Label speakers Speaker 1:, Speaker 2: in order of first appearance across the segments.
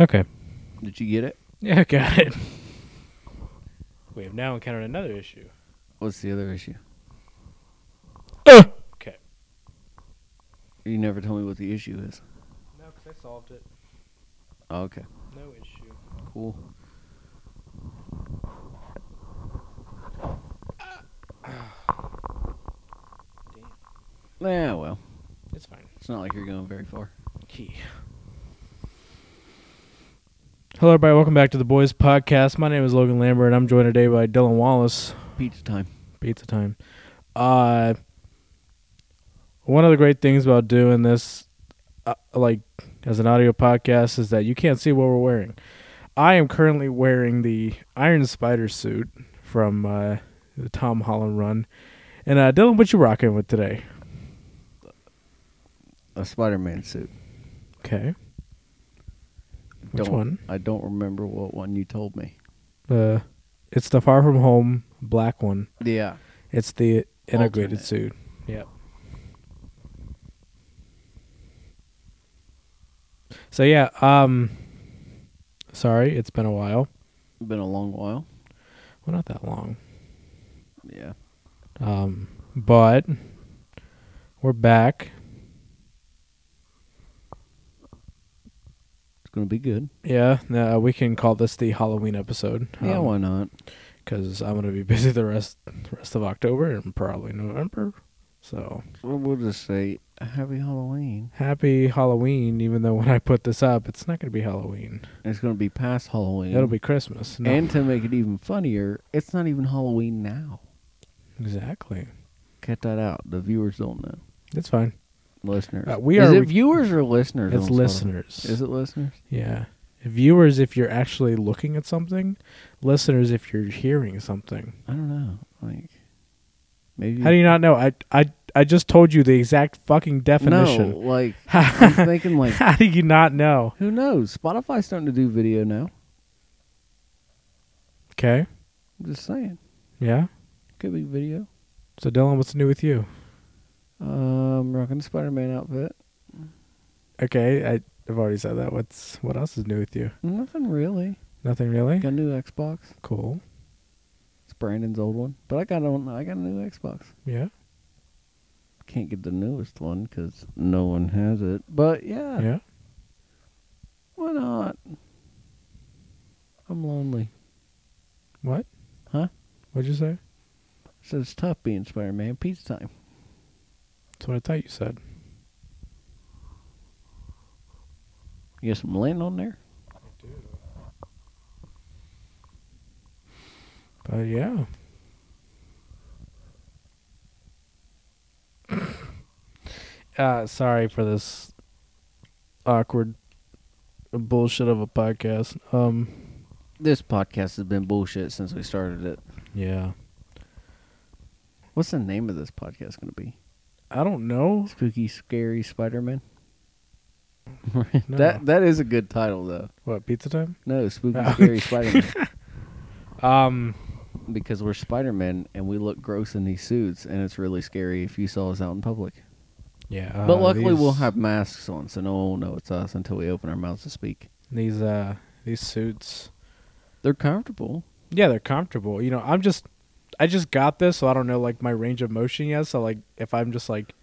Speaker 1: Okay.
Speaker 2: Did you get it?
Speaker 1: Yeah, got it. We have now encountered another issue.
Speaker 2: What's the other issue?
Speaker 1: Okay.
Speaker 2: You never told me what the issue is.
Speaker 1: No, because I solved it.
Speaker 2: Oh, okay.
Speaker 1: No issue.
Speaker 2: Cool.
Speaker 1: Damn.
Speaker 2: Yeah, well,
Speaker 1: It's fine.
Speaker 2: it's not like you're going very far.
Speaker 1: Key. Hello, everybody. Welcome back to the Boys Podcast. My name is Logan Lambert, and I'm joined today by Dylan Wallace.
Speaker 2: Pizza time.
Speaker 1: Pizza time. Uh, one of the great things about doing this, uh, like as an audio podcast, is that you can't see what we're wearing. I am currently wearing the Iron Spider suit from uh, the Tom Holland run. And uh, Dylan, what you rocking with today?
Speaker 2: A Spider-Man suit.
Speaker 1: Okay. Which
Speaker 2: Don't-
Speaker 1: one?
Speaker 2: I don't remember what one you told me.
Speaker 1: Uh, it's the Far From Home black one.
Speaker 2: Yeah.
Speaker 1: It's the integrated
Speaker 2: Alternate.
Speaker 1: suit. Yep. So yeah, um sorry, it's been a while.
Speaker 2: Been a long while.
Speaker 1: Well, not that long.
Speaker 2: Yeah.
Speaker 1: Um but we're back.
Speaker 2: It's gonna be good.
Speaker 1: Yeah, uh, we can call this the Halloween episode.
Speaker 2: yeah, why not?
Speaker 1: Cuz I'm going to be busy the rest the rest of October and probably November. So,
Speaker 2: Well, we'll just say Happy Halloween.
Speaker 1: happy Halloween even though when I put this up, it's not going to be Halloween.
Speaker 2: It's gonna be past Halloween.
Speaker 1: It'll be Christmas. No.
Speaker 2: And to make it even funnier, it's not even Halloween now.
Speaker 1: exactly.
Speaker 2: Cut that out. The viewers don't know.
Speaker 1: That's fine.
Speaker 2: Listeners.
Speaker 1: Uh, we
Speaker 2: Is
Speaker 1: are
Speaker 2: it
Speaker 1: re-
Speaker 2: viewers or listeners?
Speaker 1: It's
Speaker 2: on Spotify?
Speaker 1: listeners.
Speaker 2: Is it listeners?
Speaker 1: Yeah. Viewers, if you're actually looking at something. Listeners, if you're hearing something.
Speaker 2: I don't know. Like maybe.
Speaker 1: How do you not know? I I I just told you the exact fucking definition.
Speaker 2: No, like I'm thinking like
Speaker 1: How do you not know?
Speaker 2: who knows? Spotify's starting to do video now.
Speaker 1: Okay.
Speaker 2: I'm just saying,
Speaker 1: Yeah.
Speaker 2: could be video.
Speaker 1: So Dylan, what's new with you?
Speaker 2: Um, rocking the Spider-Man outfit.
Speaker 1: Okay, I, I've already said that. What's what else is new with you?
Speaker 2: Nothing really.
Speaker 1: Nothing really.
Speaker 2: Got a new Xbox.
Speaker 1: Cool.
Speaker 2: It's Brandon's old one, but I got on. I got a new Xbox.
Speaker 1: Yeah.
Speaker 2: Can't get the newest one because no one has it. But yeah,
Speaker 1: Yeah.
Speaker 2: why not? I'm lonely.
Speaker 1: What?
Speaker 2: Huh?
Speaker 1: What'd you say?
Speaker 2: So it's tough being Spider-Man. Pizza time.
Speaker 1: That's what I thought you said.
Speaker 2: You got some land on there?
Speaker 1: But yeah. uh, sorry for this awkward bullshit of a podcast. Um,
Speaker 2: This podcast has been bullshit since we started it.
Speaker 1: yeah.
Speaker 2: What's the name of this podcast going to be?
Speaker 1: I don't know.
Speaker 2: Spooky, scary Spider-Man.
Speaker 1: No.
Speaker 2: That that is a good title though.
Speaker 1: What pizza time?
Speaker 2: No, spooky,
Speaker 1: Oh.
Speaker 2: scary Spider-Man
Speaker 1: Um,
Speaker 2: because we're Spider-Man and we look gross in these suits, and it's really scary if you saw us out in public.
Speaker 1: yeah. uh,
Speaker 2: but luckily, we'll
Speaker 1: these-
Speaker 2: have masks on, so no one will know it's us until we open our mouths to speak.
Speaker 1: these uh these suits.
Speaker 2: They're comfortable.
Speaker 1: Yeah, they're comfortable. You know, I'm just I just got this, so I don't know like my range of motion yet. So like if I'm just like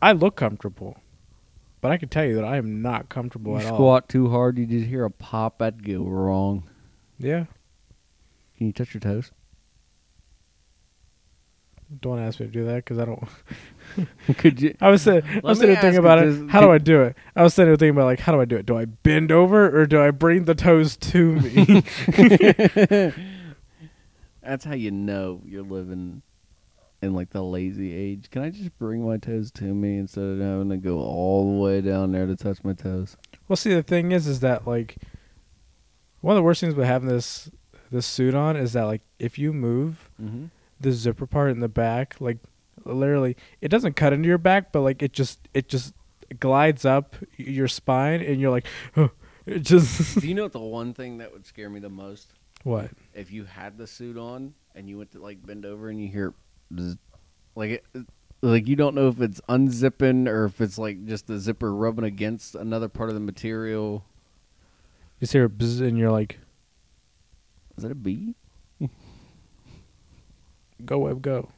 Speaker 1: I look comfortable. But I can tell you that I am not comfortable
Speaker 2: You
Speaker 1: at all.
Speaker 2: squat too hard, you just hear a pop. That'd go wrong.
Speaker 1: Yeah.
Speaker 2: Can you touch your toes?
Speaker 1: Don't ask me to do that because I don't.
Speaker 2: Could you?
Speaker 1: I was saying, I was
Speaker 2: me
Speaker 1: sitting there
Speaker 2: ask
Speaker 1: thinking about
Speaker 2: if
Speaker 1: it.
Speaker 2: this-
Speaker 1: How do I do it? I was sitting there thinking about like, how do I do it? Do I bend over or do I bring the toes to me?
Speaker 2: That's how you know you're living in like the lazy age. Can I just bring my toes to me instead of having to go all the way down there to touch my toes?
Speaker 1: well, see, the thing is, is that like one of the worst things about having this this suit on is that like if you move
Speaker 2: Mm-hmm.
Speaker 1: the zipper part in the back, like literally, it doesn't cut into your back, but like it just it just glides up y- your spine, and you're like, it just
Speaker 2: Do you know what the one thing that would scare me the most?
Speaker 1: what?
Speaker 2: If you had the suit on and you went to like bend over and you hear bzz, like it, like you don't know if it's unzipping or if it's like just the zipper rubbing against another part of the material.
Speaker 1: You just hear a buzz and you're like,
Speaker 2: Is that a bee?
Speaker 1: go web go.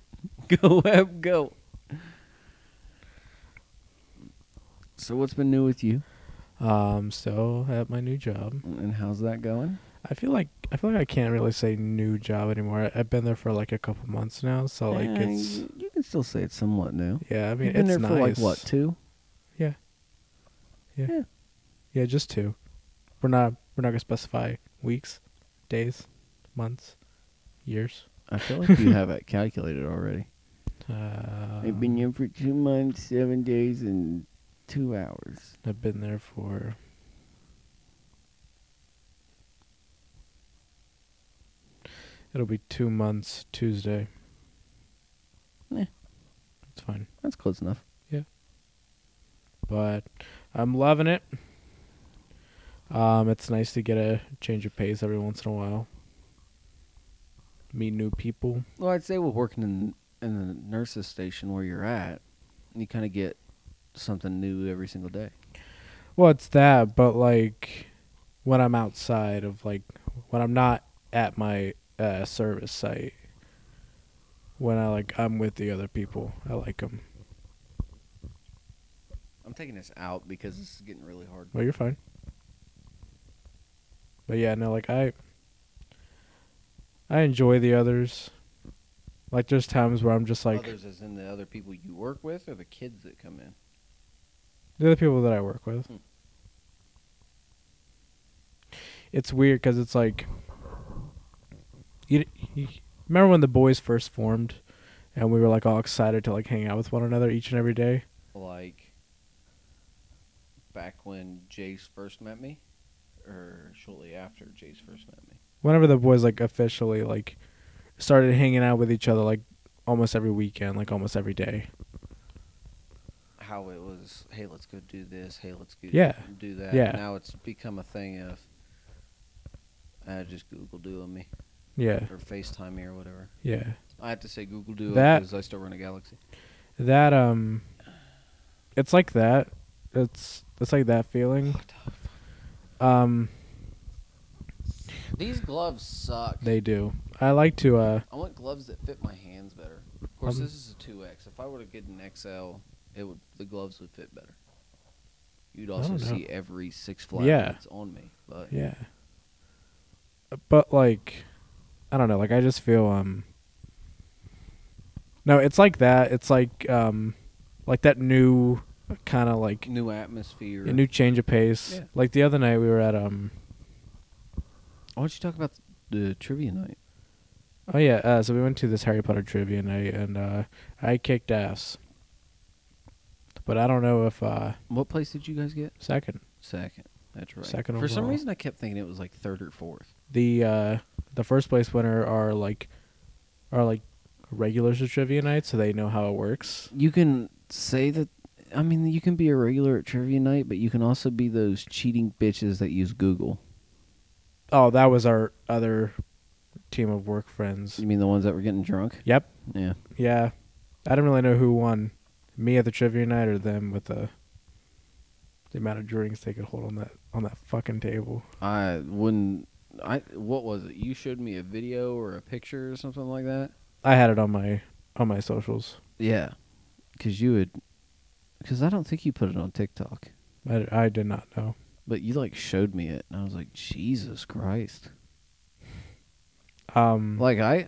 Speaker 2: Go web go. So what's been new with you,
Speaker 1: Um, still at my new job.
Speaker 2: and how's that going?
Speaker 1: I feel like I feel like I can't really say new job anymore. I, I've been there for like a couple months now, so like
Speaker 2: Eh,
Speaker 1: it's
Speaker 2: you- you can still say it's somewhat new.
Speaker 1: yeah. I mean,
Speaker 2: You've been
Speaker 1: it's
Speaker 2: there
Speaker 1: nice.
Speaker 2: for like what two?
Speaker 1: Yeah. Yeah.
Speaker 2: Yeah.
Speaker 1: Yeah, just two. We're not we're not gonna specify weeks, days, months, years.
Speaker 2: I feel like you have it calculated already.
Speaker 1: Uh,
Speaker 2: I've been here for two months, seven days, and two hours.
Speaker 1: I've been there for It'll be two months Tuesday.
Speaker 2: Eh.
Speaker 1: It's fine.
Speaker 2: That's close enough.
Speaker 1: But I'm loving it. Um, it's nice to get a change of pace every once in a while. Meet new people.
Speaker 2: Well, I'd say with working in in the nurses station where you're at, you kind of get something new every single day.
Speaker 1: Well, it's that, but like when I'm outside of like when I'm not at my uh, service site, when I like I'm with the other people, I like them.
Speaker 2: I'm taking this out because this is getting really hard.
Speaker 1: Well, you're fine. But yeah, no, like I, I enjoy the others. Like there's times where I'm just like
Speaker 2: Others as in the other people you work with or the kids that come in.
Speaker 1: the other people that I work with.
Speaker 2: Hmm.
Speaker 1: It's weird because it's like, you, you remember when the boys first formed, and we were like all excited to like hang out with one another each and every day.
Speaker 2: Like back when Jace first met me, or shortly after Jace first met me.
Speaker 1: Whenever the boys like officially like started hanging out with each other like almost every weekend, like almost every day.
Speaker 2: How it was, hey, let's go do this. Hey, let's go
Speaker 1: Yeah.
Speaker 2: do that.
Speaker 1: Yeah.
Speaker 2: Now it's become a thing of uh, just Google Duo me
Speaker 1: Yeah,
Speaker 2: or FaceTime me or whatever.
Speaker 1: yeah.
Speaker 2: I have to say Google Duo
Speaker 1: That-
Speaker 2: because I still run a Galaxy.
Speaker 1: That um, it's like that. It's it's like that feeling. Um,
Speaker 2: These gloves suck.
Speaker 1: they do. I like to uh.
Speaker 2: I want gloves that fit my hands better. Of course,
Speaker 1: Um,
Speaker 2: this is a two X. If I were to get an XL, it would the gloves would fit better. You'd also
Speaker 1: don't know.
Speaker 2: see every Six Flags
Speaker 1: Yeah.
Speaker 2: that's on me, but
Speaker 1: Yeah. But like I don't know, like I just feel um No, it's like that. It's like um like that new kind of like
Speaker 2: new atmosphere.
Speaker 1: a new change of pace.
Speaker 2: Yeah.
Speaker 1: Like the other night we were at um
Speaker 2: Why don't you talk about the trivia night?
Speaker 1: oh yeah, uh, so we went to this Harry Potter trivia night and uh I kicked ass. But I don't know if uh
Speaker 2: What place did you guys get?
Speaker 1: second
Speaker 2: Second. That's right.
Speaker 1: Second
Speaker 2: For some
Speaker 1: overall.
Speaker 2: reason, I kept thinking it was like third or fourth.
Speaker 1: the uh the first place winner are like are like regulars to trivia night so they know how it works.
Speaker 2: You can say that. I mean, you can be a regular at trivia night, but you can also be those cheating bitches that use Google.
Speaker 1: Oh, that was our other team of work friends.
Speaker 2: You mean the ones that were getting drunk?
Speaker 1: Yep.
Speaker 2: Yeah.
Speaker 1: Yeah. I didn't really know who won. Me at the trivia night or them with the the amount of drinks they could hold on that on that fucking table.
Speaker 2: I wouldn't. I what was it? You showed me a video or a picture or something like that.
Speaker 1: I had it on my on my socials.
Speaker 2: Yeah, because you would. Because I don't think you put it on TikTok,
Speaker 1: I, I did not know.
Speaker 2: but you like showed me it, and I was like, Jesus Christ!
Speaker 1: Um
Speaker 2: Like I,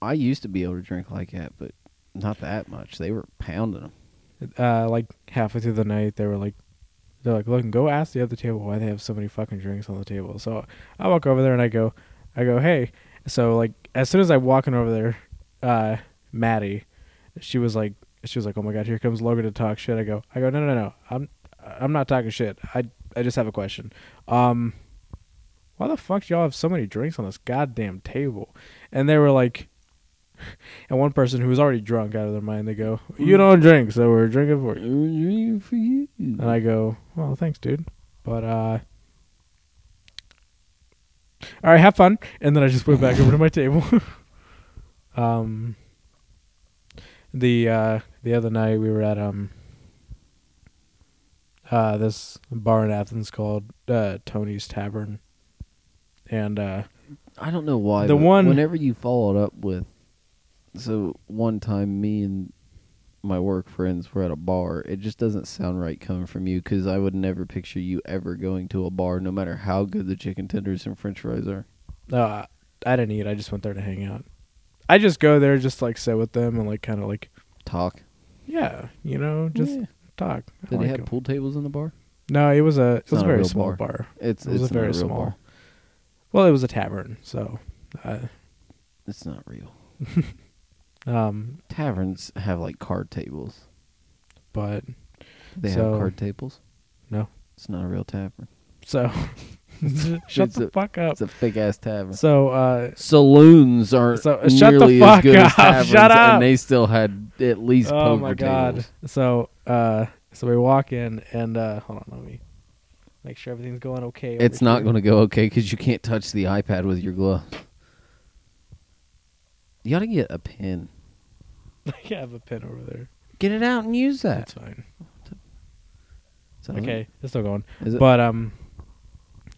Speaker 2: I used to be able to drink like that, but not that much. They were pounding them.
Speaker 1: uh like halfway through the night they were like they're like, look, go ask the other table why they have so many fucking drinks on the table. So I walk over there and I go, I go, hey. So like, as soon as I walking over there, uh, Maddie, she was like, she was like, oh my god, here comes Logan to talk shit. I go, I go, no, no, no, I'm, I'm not talking shit. I, I just have a question. Um, why the fuck do y'all have so many drinks on this goddamn table? And they were like, and one person who was already drunk out of their mind, they go, you don't drink, so we're drinking for you.
Speaker 2: For you.
Speaker 1: And I go, well, thanks, dude. But, uh, all right, have fun. And then I just went back over to my table. um, the, uh, the other night we were at, um, uh, this bar in Athens called uh, Tony's Tavern, and uh,
Speaker 2: I don't know why.
Speaker 1: The
Speaker 2: but
Speaker 1: one-
Speaker 2: whenever you followed up with, so one time me and my work friends were at a bar. It just doesn't sound right coming from you because I would never picture you ever going to a bar, no matter how good the chicken tenders and French fries are.
Speaker 1: uh, I didn't eat. I just went there to hang out. I just go there, just like sit with them and like kind of like
Speaker 2: Talk.
Speaker 1: yeah, you know, just
Speaker 2: Yeah.
Speaker 1: talk. I
Speaker 2: Did
Speaker 1: like
Speaker 2: they have
Speaker 1: 'em.
Speaker 2: pool tables in the bar?
Speaker 1: No, it was a it was
Speaker 2: not
Speaker 1: a
Speaker 2: a
Speaker 1: very
Speaker 2: real
Speaker 1: small bar.
Speaker 2: bar. It's
Speaker 1: It was
Speaker 2: it's
Speaker 1: a
Speaker 2: not
Speaker 1: very
Speaker 2: real
Speaker 1: small.
Speaker 2: bar.
Speaker 1: Well, it was a tavern, so uh,
Speaker 2: It's not real.
Speaker 1: um,
Speaker 2: Taverns have like card tables.
Speaker 1: but
Speaker 2: They
Speaker 1: So-
Speaker 2: have card tables.
Speaker 1: no,
Speaker 2: It's not a real tavern.
Speaker 1: so shut
Speaker 2: It's
Speaker 1: the
Speaker 2: a-
Speaker 1: fuck up.
Speaker 2: It's a big ass tavern.
Speaker 1: Oh. So uh,
Speaker 2: Saloons aren't
Speaker 1: So- uh,
Speaker 2: nearly
Speaker 1: shut the fuck
Speaker 2: as good
Speaker 1: up.
Speaker 2: as taverns,
Speaker 1: Shut up.
Speaker 2: and they still had at least
Speaker 1: oh
Speaker 2: poker
Speaker 1: my god
Speaker 2: tables.
Speaker 1: so uh so we walk in and uh hold on let me make sure everything's going okay over
Speaker 2: It's not
Speaker 1: here.
Speaker 2: going to go okay because you can't touch the iPad with your gloves. You ought to get a pen.
Speaker 1: i have a pin over there
Speaker 2: Get it out and use
Speaker 1: that's
Speaker 2: that.
Speaker 1: fine
Speaker 2: Is that
Speaker 1: okay it's still going
Speaker 2: it? Is it?
Speaker 1: but um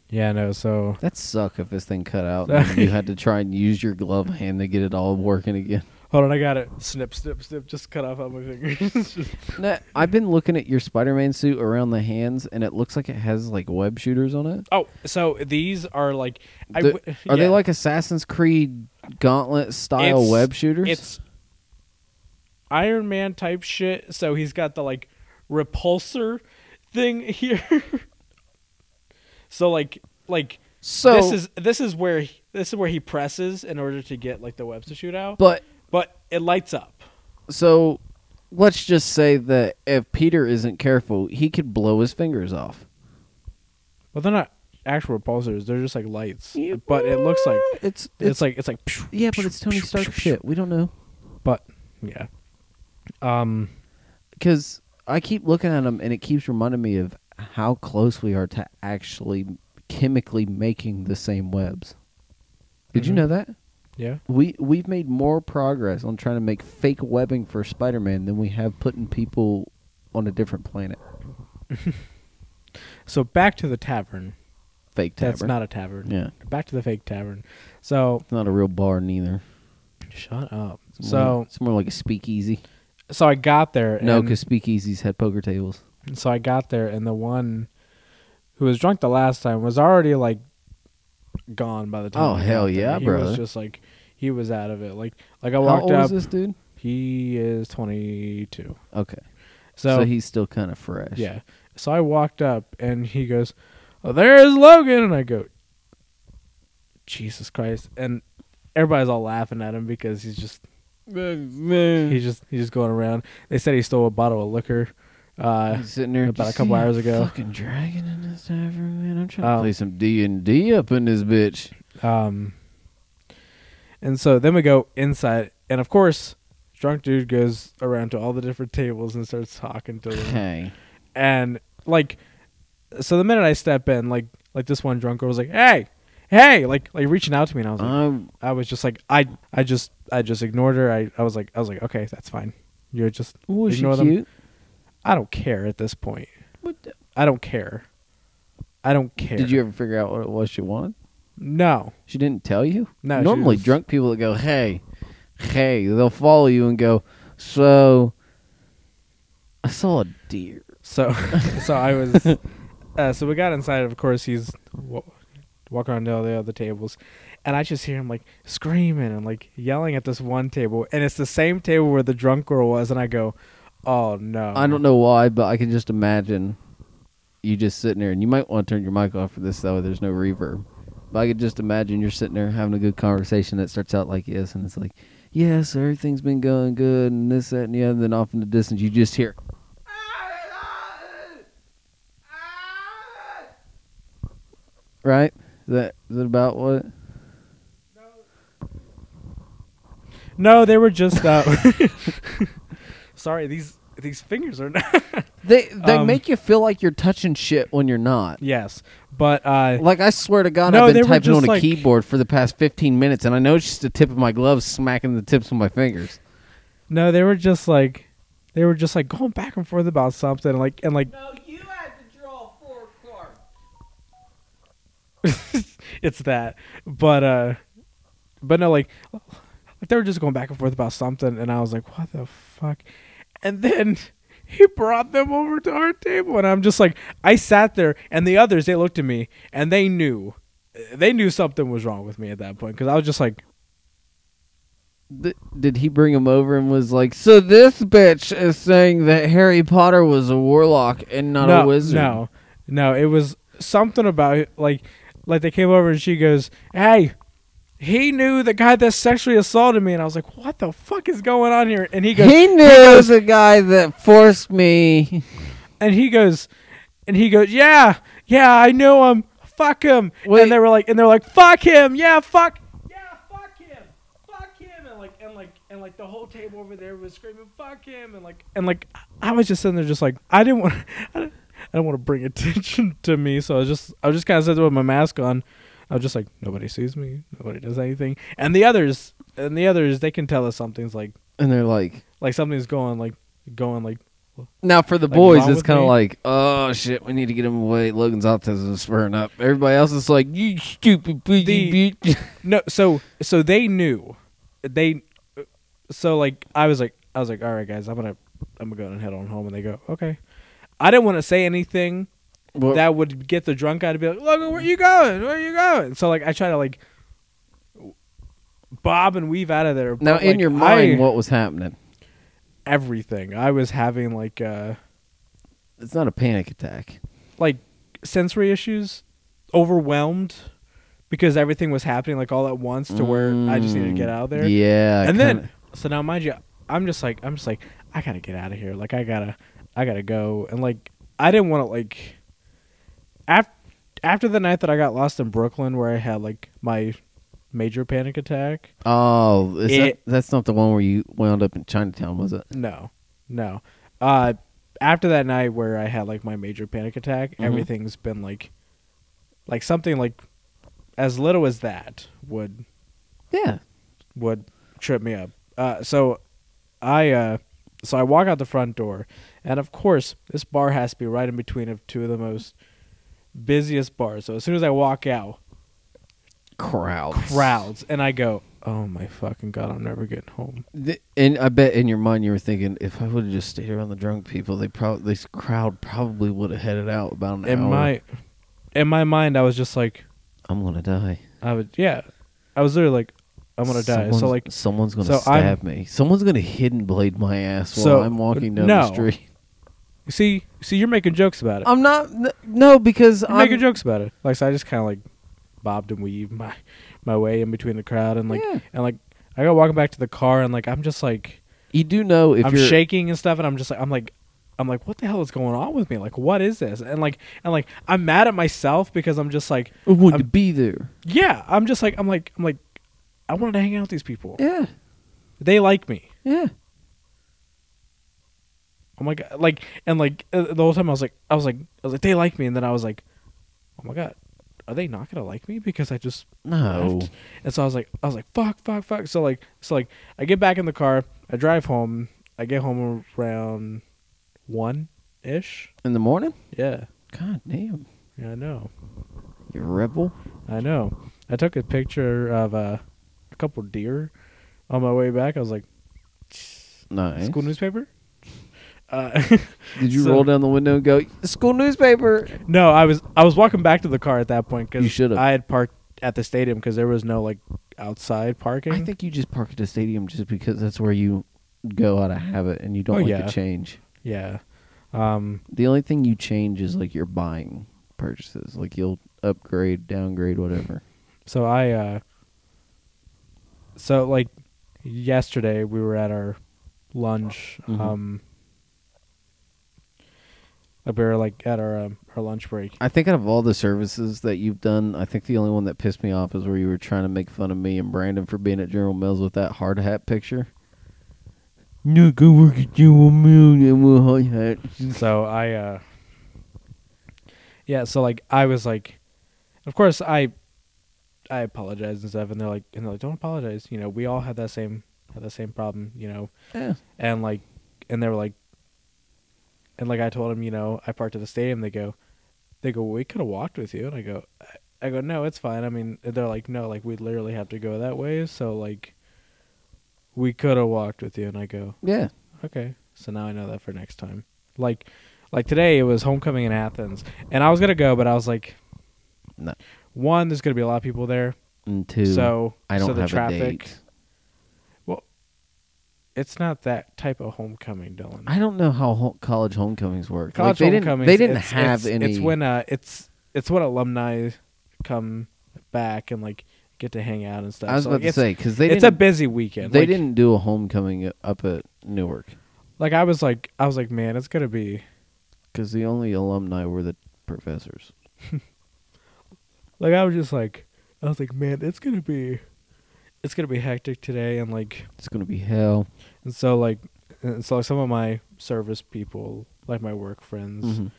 Speaker 1: yeah no so
Speaker 2: that suck if this thing cut out. and you had to try and use your glove hand to get it all working again.
Speaker 1: hold on i got it snip snip snip just cut off all my fingers
Speaker 2: Nah, I've been looking at your Spider-Man suit around the hands, and it looks like it has like web shooters on it.
Speaker 1: oh so these are like I
Speaker 2: The-
Speaker 1: w-
Speaker 2: Are they
Speaker 1: yeah.
Speaker 2: like Assassin's Creed Gauntlet style
Speaker 1: It's-
Speaker 2: web shooters?
Speaker 1: it's iron man type shit so he's got the like repulsor thing here so like like
Speaker 2: so
Speaker 1: this is this is where he, this is where he presses in order to get like the webs to shoot out. But,
Speaker 2: but
Speaker 1: it lights up.
Speaker 2: so let's just say that if Peter isn't careful, he could blow his fingers off.
Speaker 1: Well, they're not actual repulsors; they're just like lights. But it looks like
Speaker 2: it's
Speaker 1: it's,
Speaker 2: it's,
Speaker 1: like it's like
Speaker 2: yeah, but it's Tony Stark shit. We don't know
Speaker 1: But yeah, um,
Speaker 2: because I keep looking at him, and it keeps reminding me of how close we are to actually chemically making the same webs. Did you
Speaker 1: Mhm.
Speaker 2: know that?
Speaker 1: yeah,
Speaker 2: We we've made more progress on trying to make fake webbing for Spider-Man than we have putting people on a different planet.
Speaker 1: so back to the tavern.
Speaker 2: Fake tavern.
Speaker 1: That's not a tavern.
Speaker 2: yeah,
Speaker 1: Back to the fake tavern. So
Speaker 2: it's not a real bar neither.
Speaker 1: shut up.
Speaker 2: It's more-
Speaker 1: So
Speaker 2: it's more like a speakeasy.
Speaker 1: so I got there.
Speaker 2: No,
Speaker 1: and-
Speaker 2: because speakeasies had poker tables.
Speaker 1: And so I got there, and the one who was drunk the last time was already like gone by the time.
Speaker 2: Oh,
Speaker 1: I got
Speaker 2: hell
Speaker 1: there.
Speaker 2: yeah,
Speaker 1: he
Speaker 2: brother.
Speaker 1: was just like he was out of it. Like like I
Speaker 2: How
Speaker 1: walked
Speaker 2: old
Speaker 1: up.
Speaker 2: is this dude?
Speaker 1: He is twenty two.
Speaker 2: Okay,
Speaker 1: So,
Speaker 2: so, he's still kind of fresh.
Speaker 1: yeah. So I walked up, and he goes, oh, "There's Logan," and I go, "Jesus Christ!" And everybody's all laughing at him because he's just
Speaker 2: Mm.
Speaker 1: he's just he's just going around. They said he stole a bottle of liquor. Uh,
Speaker 2: He's sitting there
Speaker 1: About a
Speaker 2: "You
Speaker 1: couple
Speaker 2: see
Speaker 1: hours
Speaker 2: that
Speaker 1: ago."
Speaker 2: Fucking dragon in this tavern, man. I'm trying
Speaker 1: Um,
Speaker 2: to play some D and D up in this bitch.
Speaker 1: Um, and so then we go inside, and of course, drunk dude goes around to all the different tables and starts talking to them.
Speaker 2: Okay,
Speaker 1: and like, so the minute I step in, like, like this one drunk girl was like, "Hey, hey," like, like reaching out to me, and I was like,
Speaker 2: I'm
Speaker 1: I was just like, I, I just, I just ignored her. I, I was like, I was like, okay, that's fine. You're just,
Speaker 2: was
Speaker 1: ignore
Speaker 2: she
Speaker 1: them.
Speaker 2: cute?
Speaker 1: I don't care at this point.
Speaker 2: What the-
Speaker 1: I don't care. I don't care.
Speaker 2: Did you ever figure out what it was she wanted?
Speaker 1: No.
Speaker 2: She didn't tell you?
Speaker 1: No, she
Speaker 2: Normally,
Speaker 1: was-
Speaker 2: drunk people that go, hey, hey, they'll follow you and go, so I saw a deer.
Speaker 1: So, so I was. Uh, so we got inside. Of course, he's wa- walking around to all the other tables, and I just hear him like screaming and like yelling at this one table, and it's the same table where the drunk girl was, and I go, "Oh no!"
Speaker 2: I don't know why, but I can just imagine you just sitting there, and you might want to turn your mic off for this, that way there's no reverb. But I could just imagine you're sitting there having a good conversation that starts out like this, and it's like, yeah, so everything's been going good, and this, that, and the other. And then off in the distance, you just hear, right? Is that, is that about what?
Speaker 1: No, they were just. Uh, sorry, these these fingers are not.
Speaker 2: They they
Speaker 1: Um,
Speaker 2: make you feel like you're touching shit when you're not.
Speaker 1: yes, but uh,
Speaker 2: Like I swear to God,
Speaker 1: No,
Speaker 2: I've
Speaker 1: they
Speaker 2: been
Speaker 1: were
Speaker 2: typing
Speaker 1: just
Speaker 2: on a
Speaker 1: like-
Speaker 2: keyboard for the past 15 minutes, and I know it's just the tip of my gloves smacking the tips of my fingers.
Speaker 1: no, they were just like, they were just like going back and forth about something, like and like
Speaker 3: No, you had to
Speaker 1: it's that. But uh but no like like they were just going back and forth about something and I was like, What the fuck? And then he brought them over to our table and I'm just like I sat there and the others they looked at me and they knew they knew something was wrong with me at that point because I was just like
Speaker 2: Th- did he bring him over and was like, "So this bitch is saying that Harry Potter was a warlock and not
Speaker 1: no,
Speaker 2: a wizard."
Speaker 1: No, no, it was something about like, like they came over and she goes, "Hey, he knew the guy that sexually assaulted me," and I was like, "What the fuck is going on here?" And he goes,
Speaker 2: he knew it was a guy that forced me.
Speaker 1: and he goes, and he goes, "Yeah, yeah, I know him. Fuck him."
Speaker 2: Wait.
Speaker 1: And they were like, and they're like, "Fuck him, yeah, fuck." yeah, fuck him, fuck him," And like, and like, and like, the whole table over there was screaming, "Fuck him!" and like, and like, I was just sitting there, just like, I didn't want, I didn't, I didn't want to bring attention to me, so I was just, I was just kind of sitting there with my mask on. I was just like, nobody sees me, nobody does anything, and the others, and the others, they can tell us something's like,
Speaker 2: And they're like,
Speaker 1: like something's going, like, going, like,
Speaker 2: now for the
Speaker 1: Like,
Speaker 2: boys,
Speaker 1: wrong
Speaker 2: it's
Speaker 1: with
Speaker 2: kind of
Speaker 1: me?
Speaker 2: like, oh shit, we need to get him away. Logan's autism is spurring up. Everybody else is like, you stupid
Speaker 1: The-
Speaker 2: piggy bitch.
Speaker 1: No, so so they knew, they, so like I was like I was like, all right, guys, I'm gonna I'm gonna go and head on home, and they go, okay. I didn't want to say anything
Speaker 2: Well,
Speaker 1: that would get the drunk guy to be like, Logan, where you going? Where you going? So like I try to like bob and weave out of there.
Speaker 2: now
Speaker 1: but,
Speaker 2: in
Speaker 1: like,
Speaker 2: your
Speaker 1: I-
Speaker 2: mind, what was happening?
Speaker 1: everything I was having like uh
Speaker 2: It's not a panic attack.
Speaker 1: like sensory issues, overwhelmed because everything was happening like all at once to where I just needed to
Speaker 2: Mm,
Speaker 1: get out of there.
Speaker 2: Yeah,
Speaker 1: and
Speaker 2: kinda-
Speaker 1: then so now mind you i'm just like i'm just like i gotta get out of here like i gotta i gotta go and like i didn't want to like after after the night that i got lost in brooklyn where i had like my major panic attack
Speaker 2: oh, is
Speaker 1: It-
Speaker 2: that, that's not the one where you wound up in Chinatown, was it?
Speaker 1: no no uh after that night where i had like my major panic attack
Speaker 2: Mhm.
Speaker 1: everything's been like like something like as little as that would
Speaker 2: Yeah.
Speaker 1: would trip me up. Uh, so I uh, so I walk out the front door, and of course this bar has to be right in between of two of the most busiest bars. So as soon as I walk out,
Speaker 2: Crowds.
Speaker 1: crowds, and I go, "Oh my fucking god, I'm never getting home."
Speaker 2: Th- And I bet in your mind you were thinking, if I would have just stayed around the drunk people, they probably this crowd probably would have headed out about an
Speaker 1: In
Speaker 2: hour.
Speaker 1: my in my mind, I was just like,
Speaker 2: I'm gonna die.
Speaker 1: I would yeah, I was literally like, "I'm gonna die."
Speaker 2: Someone's-
Speaker 1: So like
Speaker 2: someone's gonna
Speaker 1: so I'm-
Speaker 2: stab me. Someone's gonna hidden blade my ass while
Speaker 1: So,
Speaker 2: I'm walking down
Speaker 1: no.
Speaker 2: the street.
Speaker 1: see see you're making jokes about it.
Speaker 2: I'm not. n- No, because
Speaker 1: You're
Speaker 2: I'm
Speaker 1: making jokes about it. Like so I just kind of like bobbed and weaved my my way in between the crowd and like
Speaker 2: Yeah.
Speaker 1: and like I go walking back to the car and like I'm just like
Speaker 2: You do know if
Speaker 1: I'm
Speaker 2: you're
Speaker 1: shaking and stuff and I'm just like I'm like I'm like what the hell is going on with me? Like what is this? And like and like I'm mad at myself because I'm just like
Speaker 2: I wanted to
Speaker 1: I'm-
Speaker 2: be there.
Speaker 1: yeah, I'm just like I'm like I'm like I wanted to hang out with these people.
Speaker 2: Yeah,
Speaker 1: They like me.
Speaker 2: yeah.
Speaker 1: Oh my god! Like and like uh, the whole time I was like I was like I was like they like me and then I was like, oh my god, are they not gonna like me because I just
Speaker 2: No,
Speaker 1: left. And so I was like, I was like, fuck, fuck, fuck. So like, so like, I get back in the car, I drive home, I get home around one ish.
Speaker 2: in the morning.
Speaker 1: Yeah,
Speaker 2: God damn,
Speaker 1: yeah, I know,
Speaker 2: you rebel.
Speaker 1: I know. I took a picture of uh, a couple deer on my way back. I was like,
Speaker 2: Nice.
Speaker 1: school newspaper. Uh,
Speaker 2: Did you
Speaker 1: So-
Speaker 2: roll down the window and go school newspaper?
Speaker 1: no, I was I was walking back to the car at that point
Speaker 2: You
Speaker 1: because
Speaker 2: should've.
Speaker 1: I had parked at the stadium because there was no like outside parking.
Speaker 2: I think you just park at the stadium just because that's where you go out of habit and you don't
Speaker 1: Oh,
Speaker 2: like
Speaker 1: yeah.
Speaker 2: to change.
Speaker 1: yeah. Um,
Speaker 2: The only thing you change is like your buying purchases. Like you'll upgrade, downgrade, whatever.
Speaker 1: So I uh so like yesterday we were at our lunch
Speaker 2: Mhm.
Speaker 1: um like we were like at our um, our lunch break.
Speaker 2: I think out of all the services that you've done, I think the only one that pissed me off is where you were trying to make fun of me and Brandon for being at General Mills with that hard hat picture. No, go work at General Mills and we'll hard hat.
Speaker 1: so I uh yeah, so like I was like of course I I apologized and stuff and they're like and they're like don't apologize, you know, we all had that same had that same problem, you know.
Speaker 2: Yeah.
Speaker 1: and like and they were like and like I told him, you know, I parked at the stadium. They go, they go, we could have walked with you, and I go, I, I go, no, it's fine. I mean, they're like, no, like we literally have to go that way, so like, we could have walked with you. And I go,
Speaker 2: Yeah.
Speaker 1: okay, so now I know that for next time. Like, like today it was homecoming in Athens, and I was gonna go, but I was like,
Speaker 2: No.
Speaker 1: One, there's gonna be a lot of people there,
Speaker 2: And two,
Speaker 1: so
Speaker 2: I don't
Speaker 1: so the
Speaker 2: have
Speaker 1: traffic.
Speaker 2: a date.
Speaker 1: It's not that type of homecoming, Dylan.
Speaker 2: I don't know how ho- college homecomings work.
Speaker 1: College
Speaker 2: like, they
Speaker 1: homecomings,
Speaker 2: Didn't, they didn't
Speaker 1: it's-
Speaker 2: have
Speaker 1: it's,
Speaker 2: any.
Speaker 1: It's when uh, it's it's when alumni come back and like get to hang out and stuff.
Speaker 2: I was
Speaker 1: So,
Speaker 2: about
Speaker 1: like,
Speaker 2: to
Speaker 1: it's,
Speaker 2: say because they
Speaker 1: it's a
Speaker 2: didn't.
Speaker 1: busy weekend.
Speaker 2: they
Speaker 1: Like-
Speaker 2: didn't do a homecoming up at Newark
Speaker 1: Like I was like I was like, man, it's gonna be
Speaker 2: because the only alumni were the professors.
Speaker 1: like I was just like I was like, man, it's gonna be it's gonna be hectic today and like
Speaker 2: It's gonna be hell.
Speaker 1: and so like and so like some of my service people, like my work friends,
Speaker 2: Mhm.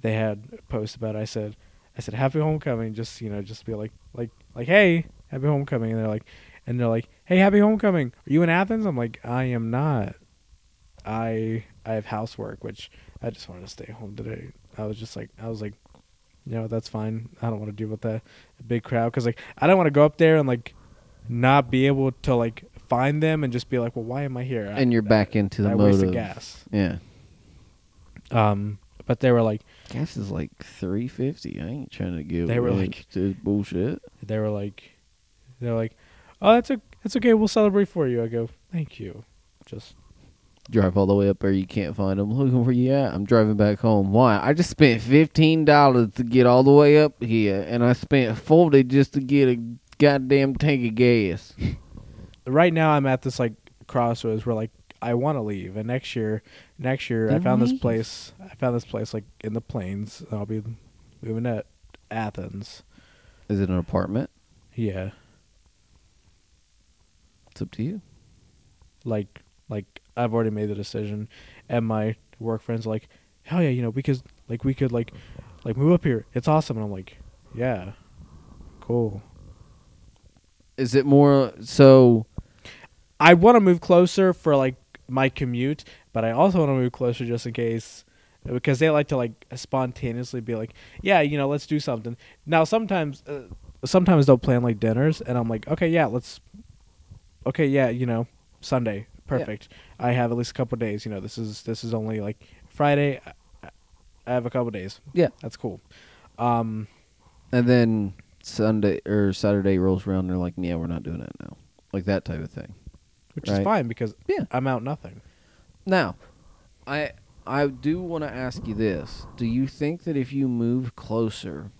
Speaker 1: they had a post about it. I said I said, Happy homecoming, just you know, just be like like like hey, happy homecoming and they're like and they're like, Hey, happy homecoming. Are you in Athens? I'm like, I am not. I I have housework, which I just wanted to stay home today. I was just like I was like, you know, that's fine. I don't want to deal with that big crowd because like I don't want to go up there and like not be able to like find them and just be like, well, why am I here? I-
Speaker 2: And you're back into the
Speaker 1: I
Speaker 2: mode
Speaker 1: wasted
Speaker 2: of-
Speaker 1: gas.
Speaker 2: Yeah,
Speaker 1: Um, but they were like
Speaker 2: gas is like three fifty. I ain't trying to give.
Speaker 1: They were
Speaker 2: in
Speaker 1: like-
Speaker 2: to this bullshit.
Speaker 1: they were like they were like, oh, that's o- that's okay. We'll celebrate for you. I go, thank you. Just
Speaker 2: Drive all the way up there, you can't find them. Look where you at. I'm driving back home. Why? I just spent fifteen dollars to get all the way up here, and I spent forty just to get a goddamn tank of gas.
Speaker 1: right now, I'm at this like crossroads where like I want to leave, and next year, next year, I
Speaker 2: Then
Speaker 1: found this
Speaker 2: leave.
Speaker 1: place. I found this place like in the plains. I'll be moving to Athens.
Speaker 2: Is it an apartment?
Speaker 1: Yeah,
Speaker 2: It's up to you.
Speaker 1: like like I've already made the decision, and my work friends are like, hell yeah, you know, because like we could like like move up here. It's awesome, and I'm like, yeah, cool.
Speaker 2: Is it more so?
Speaker 1: I want to move closer for like my commute, but I also want to move closer just in case because they like to like spontaneously be like, yeah, you know, let's do something. Now sometimes uh, sometimes they'll plan like dinners and I'm like, okay, yeah, let's okay, yeah, you know, Sunday. Perfect. I have at least a couple days, you know, this is this is only like Friday. I- I have a couple days.
Speaker 2: Yeah.
Speaker 1: That's cool. Um
Speaker 2: And then Sunday or Saturday rolls around, and they're like, "Yeah, we're not doing that now." Like that type of thing.
Speaker 1: which is
Speaker 2: Right.
Speaker 1: fine because
Speaker 2: Yeah.
Speaker 1: I'm out nothing.
Speaker 2: Now, I I do want to ask you this: Do you think that if you move closer,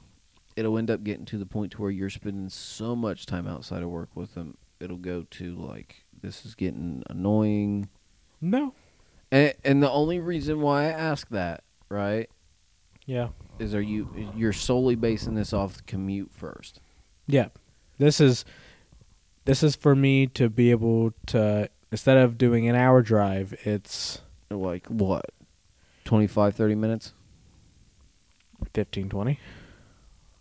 Speaker 2: it'll end up getting to the point to where you're spending so much time outside of work with them, it'll go to like this is getting annoying?
Speaker 1: No.
Speaker 2: And, and the only reason why I ask that, right,
Speaker 1: Yeah.
Speaker 2: is are you you're solely basing this off the commute first?
Speaker 1: Yeah. This is this is for me to be able to instead of doing an hour drive, it's
Speaker 2: Like what? 25, 30 minutes?
Speaker 1: 15 20.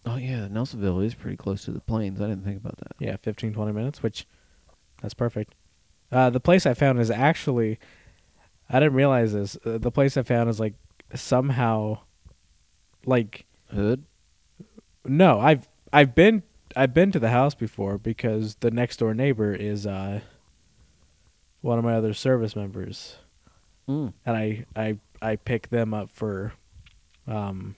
Speaker 2: Oh yeah, Nelsonville is pretty close to the plains. I didn't think about that.
Speaker 1: Yeah, 15 20 minutes, which that's perfect. Uh, the place I found is actually I didn't realize this. Uh, the place I found is like somehow like
Speaker 2: Hood?
Speaker 1: no, I've I've been I've been to the house before because the next door neighbor is uh one of my other service members.
Speaker 2: Mm.
Speaker 1: and I I I pick them up for um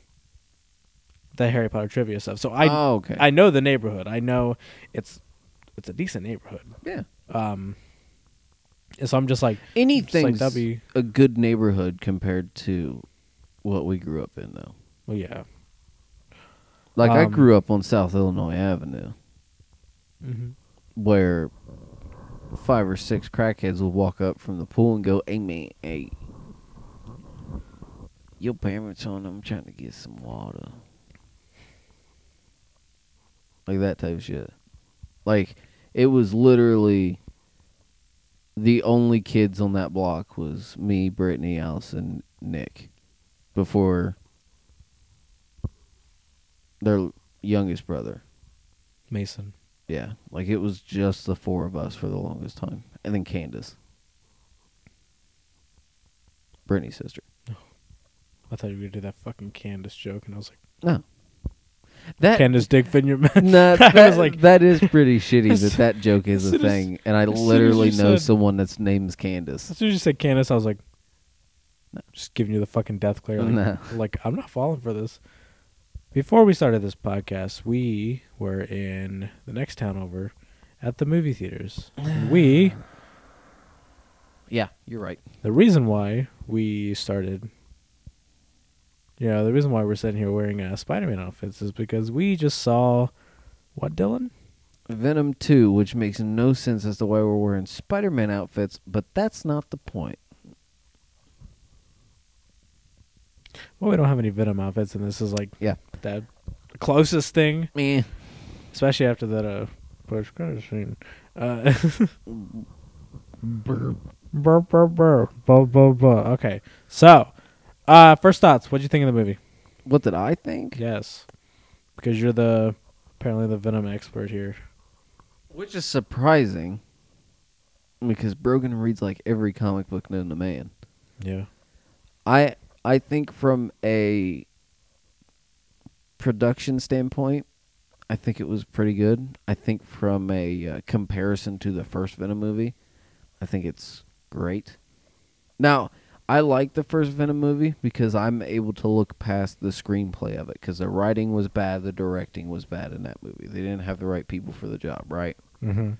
Speaker 1: the Harry Potter trivia stuff. So I
Speaker 2: oh, okay.
Speaker 1: I know the neighborhood. I know it's it's a decent neighborhood.
Speaker 2: yeah.
Speaker 1: Um and so I'm just like
Speaker 2: Anything's
Speaker 1: that'd be-
Speaker 2: a good neighborhood compared to what we grew up in, though.
Speaker 1: well oh, yeah.
Speaker 2: Like I
Speaker 1: Um,
Speaker 2: grew up on South Illinois Avenue,
Speaker 1: Mm-hmm.
Speaker 2: where five or six crackheads would walk up from the pool and go, "Hey man, hey, your parents on? I'm trying to get some water." Like that type of shit. Like it was literally the only kids on that block was me, Brittany, Allison, Nick. Before their youngest brother.
Speaker 1: Mason.
Speaker 2: Yeah, like it was just the four of us for the longest time, and then Candace, Brittany's sister.
Speaker 1: I thought you were gonna do that fucking Candace joke and I was like
Speaker 2: No, That
Speaker 1: Can his dick fit in your mouth?
Speaker 2: no,
Speaker 1: I
Speaker 2: that-
Speaker 1: was like,
Speaker 2: that is pretty shitty
Speaker 1: As
Speaker 2: that
Speaker 1: soo-
Speaker 2: that joke is
Speaker 1: as
Speaker 2: a
Speaker 1: soon as-
Speaker 2: thing, and I
Speaker 1: as soon as
Speaker 2: literally
Speaker 1: you
Speaker 2: know
Speaker 1: said-
Speaker 2: someone that's name's Candace.
Speaker 1: as soon as you said Candace, I was like, just giving you the fucking death glare. Like,
Speaker 2: No.
Speaker 1: like, I'm not falling for this. Before we started this podcast, we were in the next town over at the movie theaters. And we,
Speaker 2: Yeah, you're right.
Speaker 1: the reason why we started, you know, the reason why we're sitting here wearing uh, Spider Man outfits is because we just saw, what, Dylan?
Speaker 2: Venom 2, which makes no sense as to why we're wearing Spider Man outfits, but that's not the point.
Speaker 1: Well, we don't have any Venom outfits, and this is like
Speaker 2: Yeah.
Speaker 1: the closest thing,
Speaker 2: Eh.
Speaker 1: especially after that uh, post credit scene. Uh,
Speaker 2: Brr.
Speaker 1: Burr, burr, burr. Buh, buh, buh. Okay. So, uh, first thoughts. What'd you think of the movie?
Speaker 2: What did I think?
Speaker 1: Yes. Because you're the, apparently the Venom expert here.
Speaker 2: Which is surprising because Brogan reads like every comic book known to man.
Speaker 1: Yeah.
Speaker 2: I I think from a production standpoint, I think it was pretty good. I think from a uh, comparison to the first Venom movie, I think it's great. Now, I like the first Venom movie because I'm able to look past the screenplay of it because the writing was bad, the directing was bad in that movie. They didn't have the right people for the job, right?
Speaker 1: Mm-hmm.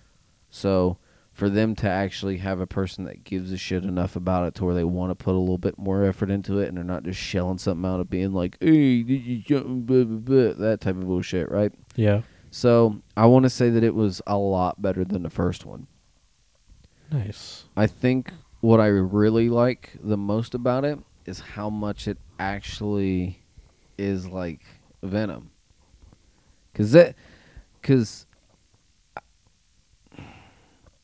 Speaker 2: So for them to actually have a person that gives a shit enough about it to where they want to put a little bit more effort into it and they're not just shelling something out of being like, hey, did you jump?" Blah, blah, blah," that type of bullshit, right?
Speaker 1: Yeah.
Speaker 2: So I want to say that it was a lot better than the first one.
Speaker 1: Nice.
Speaker 2: I think what I really like the most about it is how much it actually is like Venom. Cause that, cause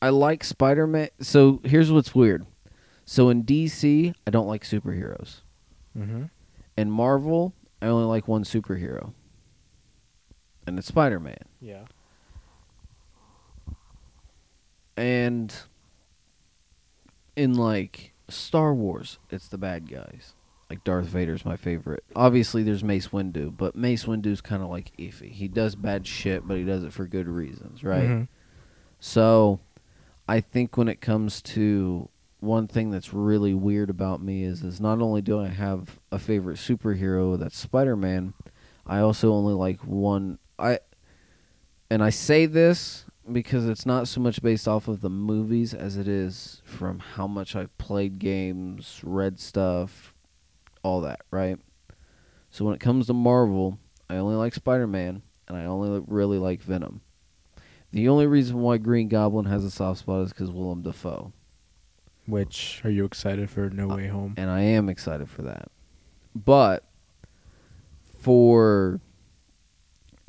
Speaker 2: I like Spider Man. So here's what's weird. So in DC, I don't like superheroes.
Speaker 1: Mm-hmm.
Speaker 2: In Marvel, I only like one superhero, and it's Spider Man.
Speaker 1: Yeah.
Speaker 2: and in like Star Wars, it's the bad guys. Like Darth Vader's my favorite. Obviously, there's Mace Windu, but Mace Windu's kind of like iffy. He does bad shit, but he does it for good reasons, right?
Speaker 1: Mm-hmm.
Speaker 2: So, I think when it comes to one thing that's really weird about me is is not only do I have a favorite superhero that's Spider-Man, I also only like one I and I say this because it's not so much based off of the movies as it is from how much I've played games, read stuff, all that, right? So when it comes to Marvel, I only like Spider-Man and I only really like Venom. The only reason why Green Goblin has a soft spot is because Willem Dafoe,
Speaker 1: Which, are you excited for No Way Home?
Speaker 2: and I am excited for that. But for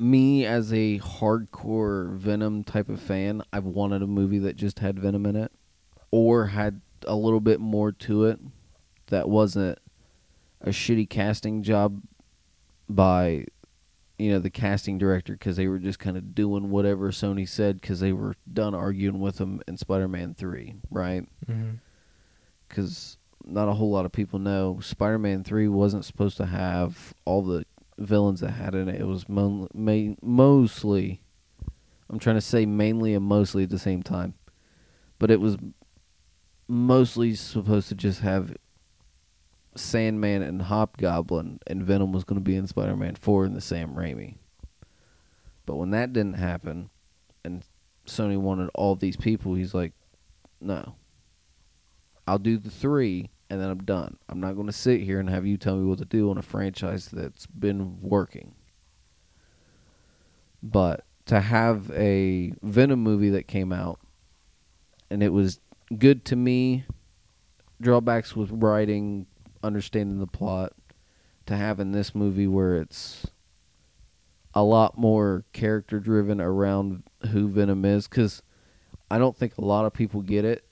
Speaker 2: me as a hardcore Venom type of fan, I've wanted a movie that just had Venom in it, or had a little bit more to it that wasn't a shitty casting job by you know the casting director because they were just kind of doing whatever Sony said because they were done arguing with them in Spider-Man Three, right?
Speaker 1: Mm-hmm.
Speaker 2: because not a whole lot of people know Spider-Man Three wasn't supposed to have all the villains that had in it. It was mon- ma- mostly, I'm trying to say mainly and mostly at the same time, but it was mostly supposed to just have Sandman and Hobgoblin, and Venom was going to be in Spider-Man Four in the Sam Raimi. But when that didn't happen, and Sony wanted all these people, he's like, no. I'll do the three and then I'm done. I'm not going to sit here and have you tell me what to do on a franchise that's been working. But to have a Venom movie that came out and it was good to me, drawbacks with writing, understanding the plot, to have in this movie where it's a lot more character driven around who Venom is, because I don't think a lot of people get it.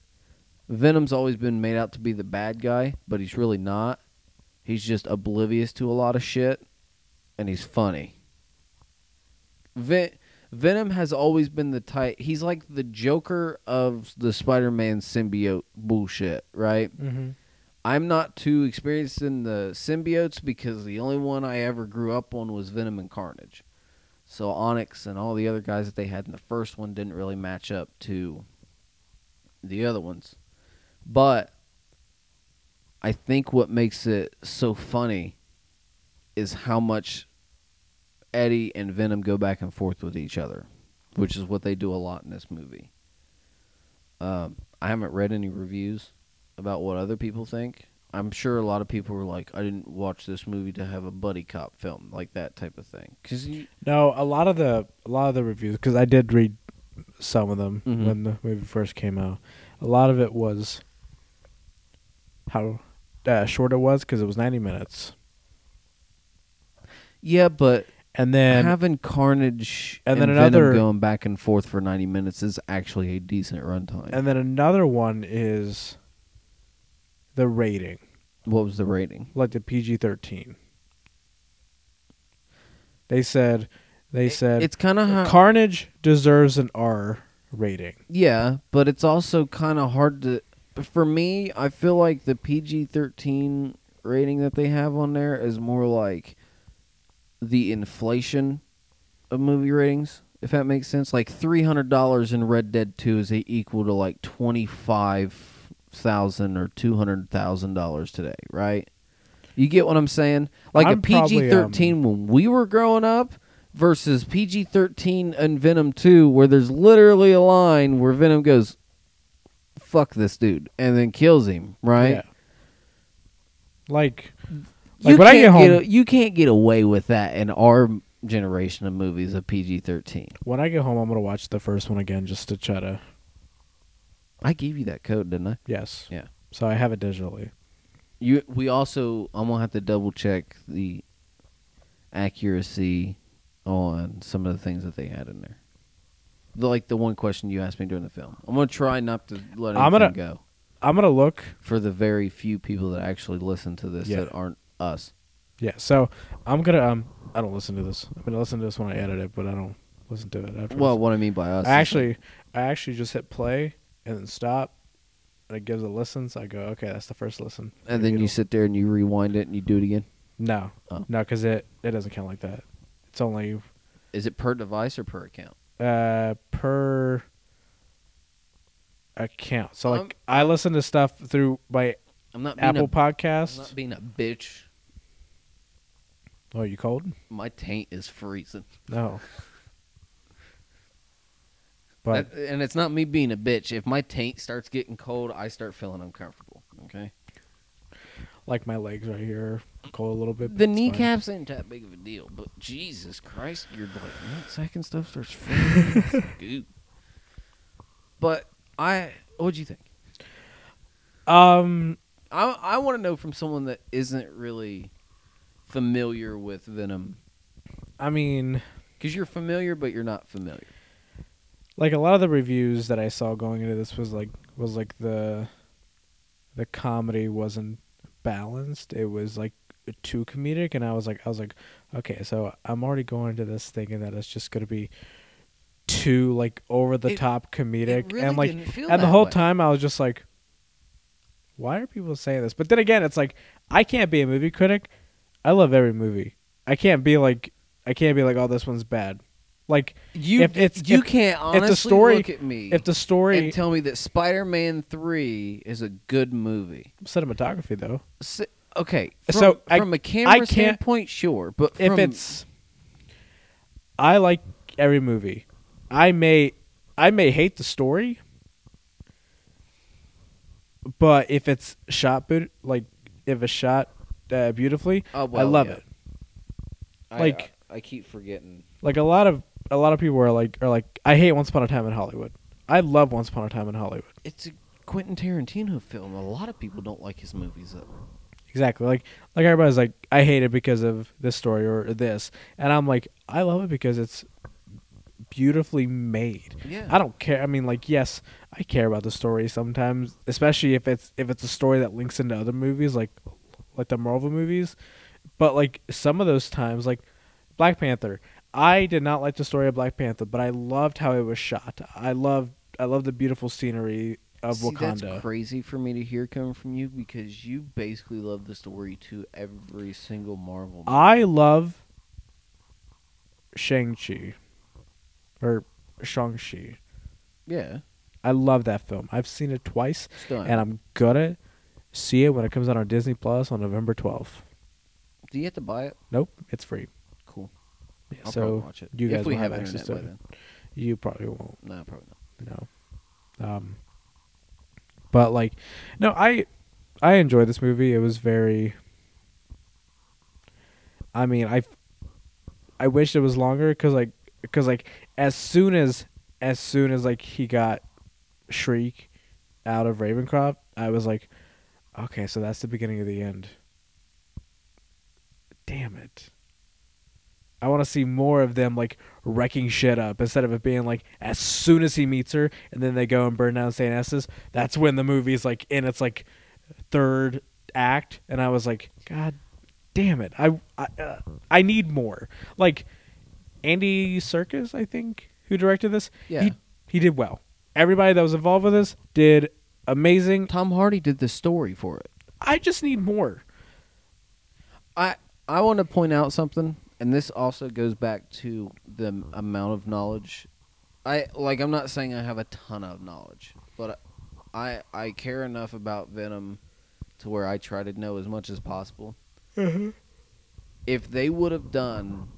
Speaker 2: Venom's always been made out to be the bad guy, but he's really not. He's just oblivious to a lot of shit, and he's funny. Ven- Venom has always been the type. He's like the Joker of the Spider Man symbiote bullshit, right?
Speaker 1: Mm-hmm.
Speaker 2: I'm not too experienced in the symbiotes because the only one I ever grew up on was Venom and Carnage. So Onyx and all the other guys that they had in the first one didn't really match up to the other ones. But I think what makes it so funny is how much Eddie and Venom go back and forth with each other, which is what they do a lot in this movie. Um, I haven't read any reviews about what other people think. I'm sure a lot of people were like, I didn't watch this movie to have a buddy cop film, like that type of thing. Because you,
Speaker 1: No, a lot of the a lot of the reviews because I did read some of them
Speaker 2: Mhm.
Speaker 1: when the movie first came out. A lot of it was how uh, short it was because it was ninety minutes,
Speaker 2: yeah, but
Speaker 1: and then
Speaker 2: having Carnage
Speaker 1: and
Speaker 2: and,
Speaker 1: then
Speaker 2: Venom
Speaker 1: another-
Speaker 2: going back and forth for 90 minutes is actually a decent runtime.
Speaker 1: and then another one is the rating,
Speaker 2: what was the rating?
Speaker 1: like the PG thirteen. They said, they said
Speaker 2: it's kind of how,
Speaker 1: Carnage deserves an R rating.
Speaker 2: yeah, but it's also kind of hard to. For me, I feel like the PG-13 rating that they have on there is more like the inflation of movie ratings, if that makes sense. Like three hundred dollars in Red Dead Two is equal to like twenty five thousand or two hundred thousand dollars today, right? You get what I'm saying? Like a
Speaker 1: I'm probably, um,
Speaker 2: PG thirteen when we were growing up versus PG thirteen and Venom Two, where there's literally a line where Venom goes, "Fuck this dude," and then kills him, right?
Speaker 1: Yeah. Like
Speaker 2: you
Speaker 1: Like, when I
Speaker 2: can't
Speaker 1: get home-
Speaker 2: a- you can't get away with that in our generation of movies of PG thirteen.
Speaker 1: when I get home, I'm gonna watch the first one again just to try to
Speaker 2: I gave you that code, didn't I?
Speaker 1: yes.
Speaker 2: Yeah.
Speaker 1: So I have it digitally.
Speaker 2: You. We also. I'm gonna have to double check the accuracy on some of the things that they had in there. The- Like the one question you asked me during the film. I'm gonna try not to let anything
Speaker 1: I'm gonna-
Speaker 2: go
Speaker 1: I'm gonna look.
Speaker 2: for the very few people that actually listen to this
Speaker 1: Yeah.
Speaker 2: that aren't us.
Speaker 1: Yeah. So I'm gonna um I don't listen to this. I'm gonna listen to this when I edit it, but I don't listen to it after.
Speaker 2: Well, what I mean by us.
Speaker 1: I actually I actually just hit play and then stop and it gives a listen, so I go, Okay, that's the first listen.
Speaker 2: and then you
Speaker 1: It'll-
Speaker 2: sit there and you rewind it and you do it again.
Speaker 1: No.
Speaker 2: Oh.
Speaker 1: No, because it, it doesn't count like that. It's only
Speaker 2: Is it per device or per account?
Speaker 1: uh per account. So like
Speaker 2: Um,
Speaker 1: I listen to stuff through my
Speaker 2: I'm not being
Speaker 1: Apple
Speaker 2: a, I'm
Speaker 1: Podcast.
Speaker 2: not being a bitch.
Speaker 1: Oh, you cold?
Speaker 2: My taint is freezing.
Speaker 1: No. But
Speaker 2: That- and it's not me being a bitch. If my taint starts getting cold, I start feeling uncomfortable. Okay.
Speaker 1: like my legs right here are cold a little bit. but
Speaker 2: The
Speaker 1: it's fine.
Speaker 2: kneecaps ain't that big of a deal, but Jesus Christ, you're like that second stuff starts freezing. It's goo. But I, what'd you think?
Speaker 1: Um,
Speaker 2: I I want to know from someone that isn't really familiar with Venom,
Speaker 1: I mean,
Speaker 2: because you're familiar, but you're not familiar.
Speaker 1: like a lot of the reviews that I saw going into this was like was like the the comedy wasn't balanced. It was like too comedic, and I was like, I was like, okay, so I'm already going into this thinking that it's just gonna be too like over the top comedic,
Speaker 2: It really
Speaker 1: and like
Speaker 2: didn't feel
Speaker 1: and the
Speaker 2: that
Speaker 1: whole
Speaker 2: way.
Speaker 1: time I was just like, why are people saying this? But then again, it's like I can't be a movie critic. I love every movie. I can't be like I can't be like, oh, this one's bad. Like
Speaker 2: you
Speaker 1: if it's-
Speaker 2: you
Speaker 1: if-
Speaker 2: can't honestly
Speaker 1: story-
Speaker 2: look at me
Speaker 1: if the story
Speaker 2: and tell me that Spider-Man Three is a good movie.
Speaker 1: cinematography though,
Speaker 2: S okay, from,
Speaker 1: So, I-
Speaker 2: from a camera
Speaker 1: can't-
Speaker 2: standpoint, sure, but
Speaker 1: if
Speaker 2: from,
Speaker 1: it's I like every movie. I may I may hate the story, but if it's shot beaut- like if it's shot uh, beautifully,
Speaker 2: Oh,
Speaker 1: I
Speaker 2: well,
Speaker 1: love
Speaker 2: yeah.
Speaker 1: it. like-
Speaker 2: I, uh, I keep forgetting.
Speaker 1: like a lot of a lot of people are like are like I hate Once Upon a Time in Hollywood. I love Once Upon a Time in Hollywood.
Speaker 2: It's a Quentin Tarantino film. A lot of people don't like his movies. Though.
Speaker 1: Exactly. Like like everybody's like I hate it because of this story or this, and I'm like I love it because it's beautifully made.
Speaker 2: Yeah.
Speaker 1: I don't care. I mean, like yes, I care about the story sometimes, especially if it's if it's a story that links into other movies like like the Marvel movies. But like some of those times, like Black Panther, I did not like the story of Black Panther, but I loved how it was shot. I loved I loved the beautiful scenery of
Speaker 2: See,
Speaker 1: Wakanda.
Speaker 2: That's crazy for me to hear coming from you because you basically love the story to every single Marvel. movie.
Speaker 1: I love Shang-Chi or Shang-Chi.
Speaker 2: Yeah.
Speaker 1: I love that film. I've seen it twice
Speaker 2: Still
Speaker 1: and I'm gonna see it when it comes out on Disney Plus on November 12th.
Speaker 2: Do you have to buy it?
Speaker 1: Nope, it's free.
Speaker 2: Cool.
Speaker 1: Yeah,
Speaker 2: I'll probably
Speaker 1: so
Speaker 2: watch it.
Speaker 1: you
Speaker 2: if
Speaker 1: guys
Speaker 2: we
Speaker 1: will
Speaker 2: have,
Speaker 1: have
Speaker 2: internet
Speaker 1: access
Speaker 2: by
Speaker 1: to it.
Speaker 2: then.
Speaker 1: you probably won't
Speaker 2: No, probably not.
Speaker 1: know. Um but like no, I I enjoyed this movie. It was very I mean, I I wish it was longer cuz like cuz like as soon as as soon as like he got Shriek out of Ravencroft, I was like okay, so that's the beginning of the end. Damn it. I want to see more of them like wrecking shit up instead of it being like as soon as he meets her and then they go and burn down St. S's. That's when the movie's like in its like third act, and I was like, God damn it! I I, uh, I need more. Like Andy Serkis, I think, who directed this.
Speaker 2: Yeah.
Speaker 1: he, he did well. Everybody that was involved with this did amazing.
Speaker 2: Tom Hardy did the story for it.
Speaker 1: I just need more.
Speaker 2: I I want to point out something, and this also goes back to the m- amount of knowledge. I like. I'm not saying I have a ton of knowledge, but I I care enough about Venom to where I try to know as much as possible. If they would have done,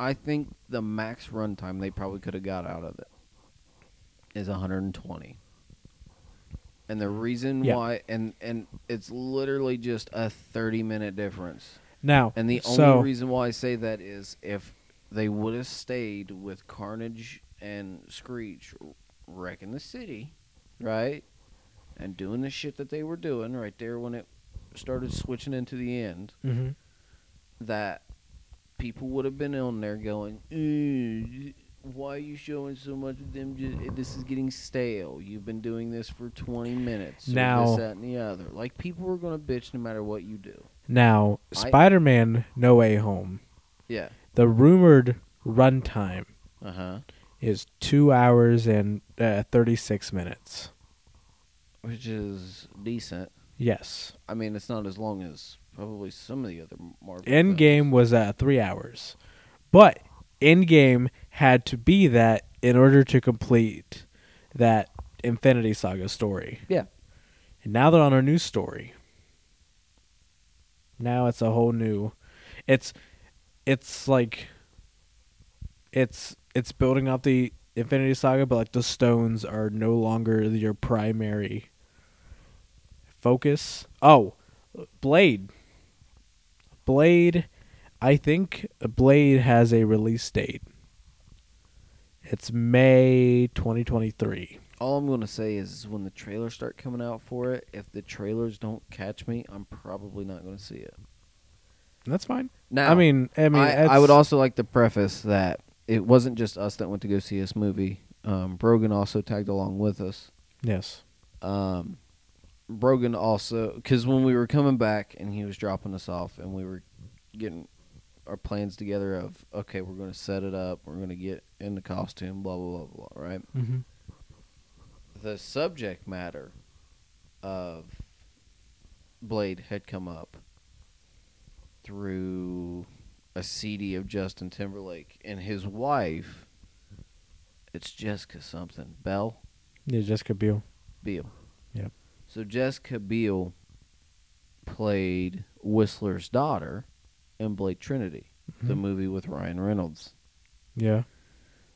Speaker 2: I think the max runtime they probably could have got out of it is 120. And the reason
Speaker 1: Yeah.
Speaker 2: why, and and it's literally just a 30 minute difference.
Speaker 1: Now
Speaker 2: And the only
Speaker 1: so,
Speaker 2: reason why I say that is if they would have stayed with Carnage and Screech wrecking the city, right? And doing the shit that they were doing right there when it started switching into the end,
Speaker 1: Mhm.
Speaker 2: that people would have been on there going, "Eh, why are you showing so much of them? Just, this is getting stale. You've been doing this for 20 minutes. or
Speaker 1: Now-
Speaker 2: This, that, and the other. Like, people were going to bitch no matter what you do.
Speaker 1: now
Speaker 2: I-
Speaker 1: Spider Man No Way Home.
Speaker 2: Yeah.
Speaker 1: The rumored runtime
Speaker 2: Uh huh.
Speaker 1: is two hours and uh, 36 minutes.
Speaker 2: which is decent.
Speaker 1: Yes.
Speaker 2: I mean, it's not as long as probably some of the other Marvel. films.
Speaker 1: Endgame was uh, three hours. But Endgame had to be that in order to complete that Infinity Saga story.
Speaker 2: Yeah.
Speaker 1: And now they're on a new story. Now it's a whole new it's it's like it's it's building up the Infinity Saga, but like the stones are no longer your primary focus. Oh, Blade. Blade I think Blade has a release date. It's May 2023.
Speaker 2: All I'm gonna say is, is when the trailers start coming out for it, if the trailers don't catch me, I'm probably not gonna see it.
Speaker 1: And that's fine.
Speaker 2: Now,
Speaker 1: I mean, I mean,
Speaker 2: I, I
Speaker 1: that's-
Speaker 2: would also like to preface that it wasn't just us that went to go see this movie. Um, Brogan also tagged along with us.
Speaker 1: Yes.
Speaker 2: um, Brogan also because when we were coming back and he was dropping us off and we were getting our plans together of okay we're going to set it up we're going to get in the costume blah blah blah blah right
Speaker 1: Mm-hmm.
Speaker 2: the subject matter of Blade had come up through a CD of Justin Timberlake and his wife it's Jessica something Bell
Speaker 1: Yeah, Jessica Biel.
Speaker 2: Biel.
Speaker 1: Yep.
Speaker 2: So Jessica Biel played Whistler's daughter in Blade Trinity, the
Speaker 1: Mhm.
Speaker 2: movie with Ryan Reynolds.
Speaker 1: Yeah.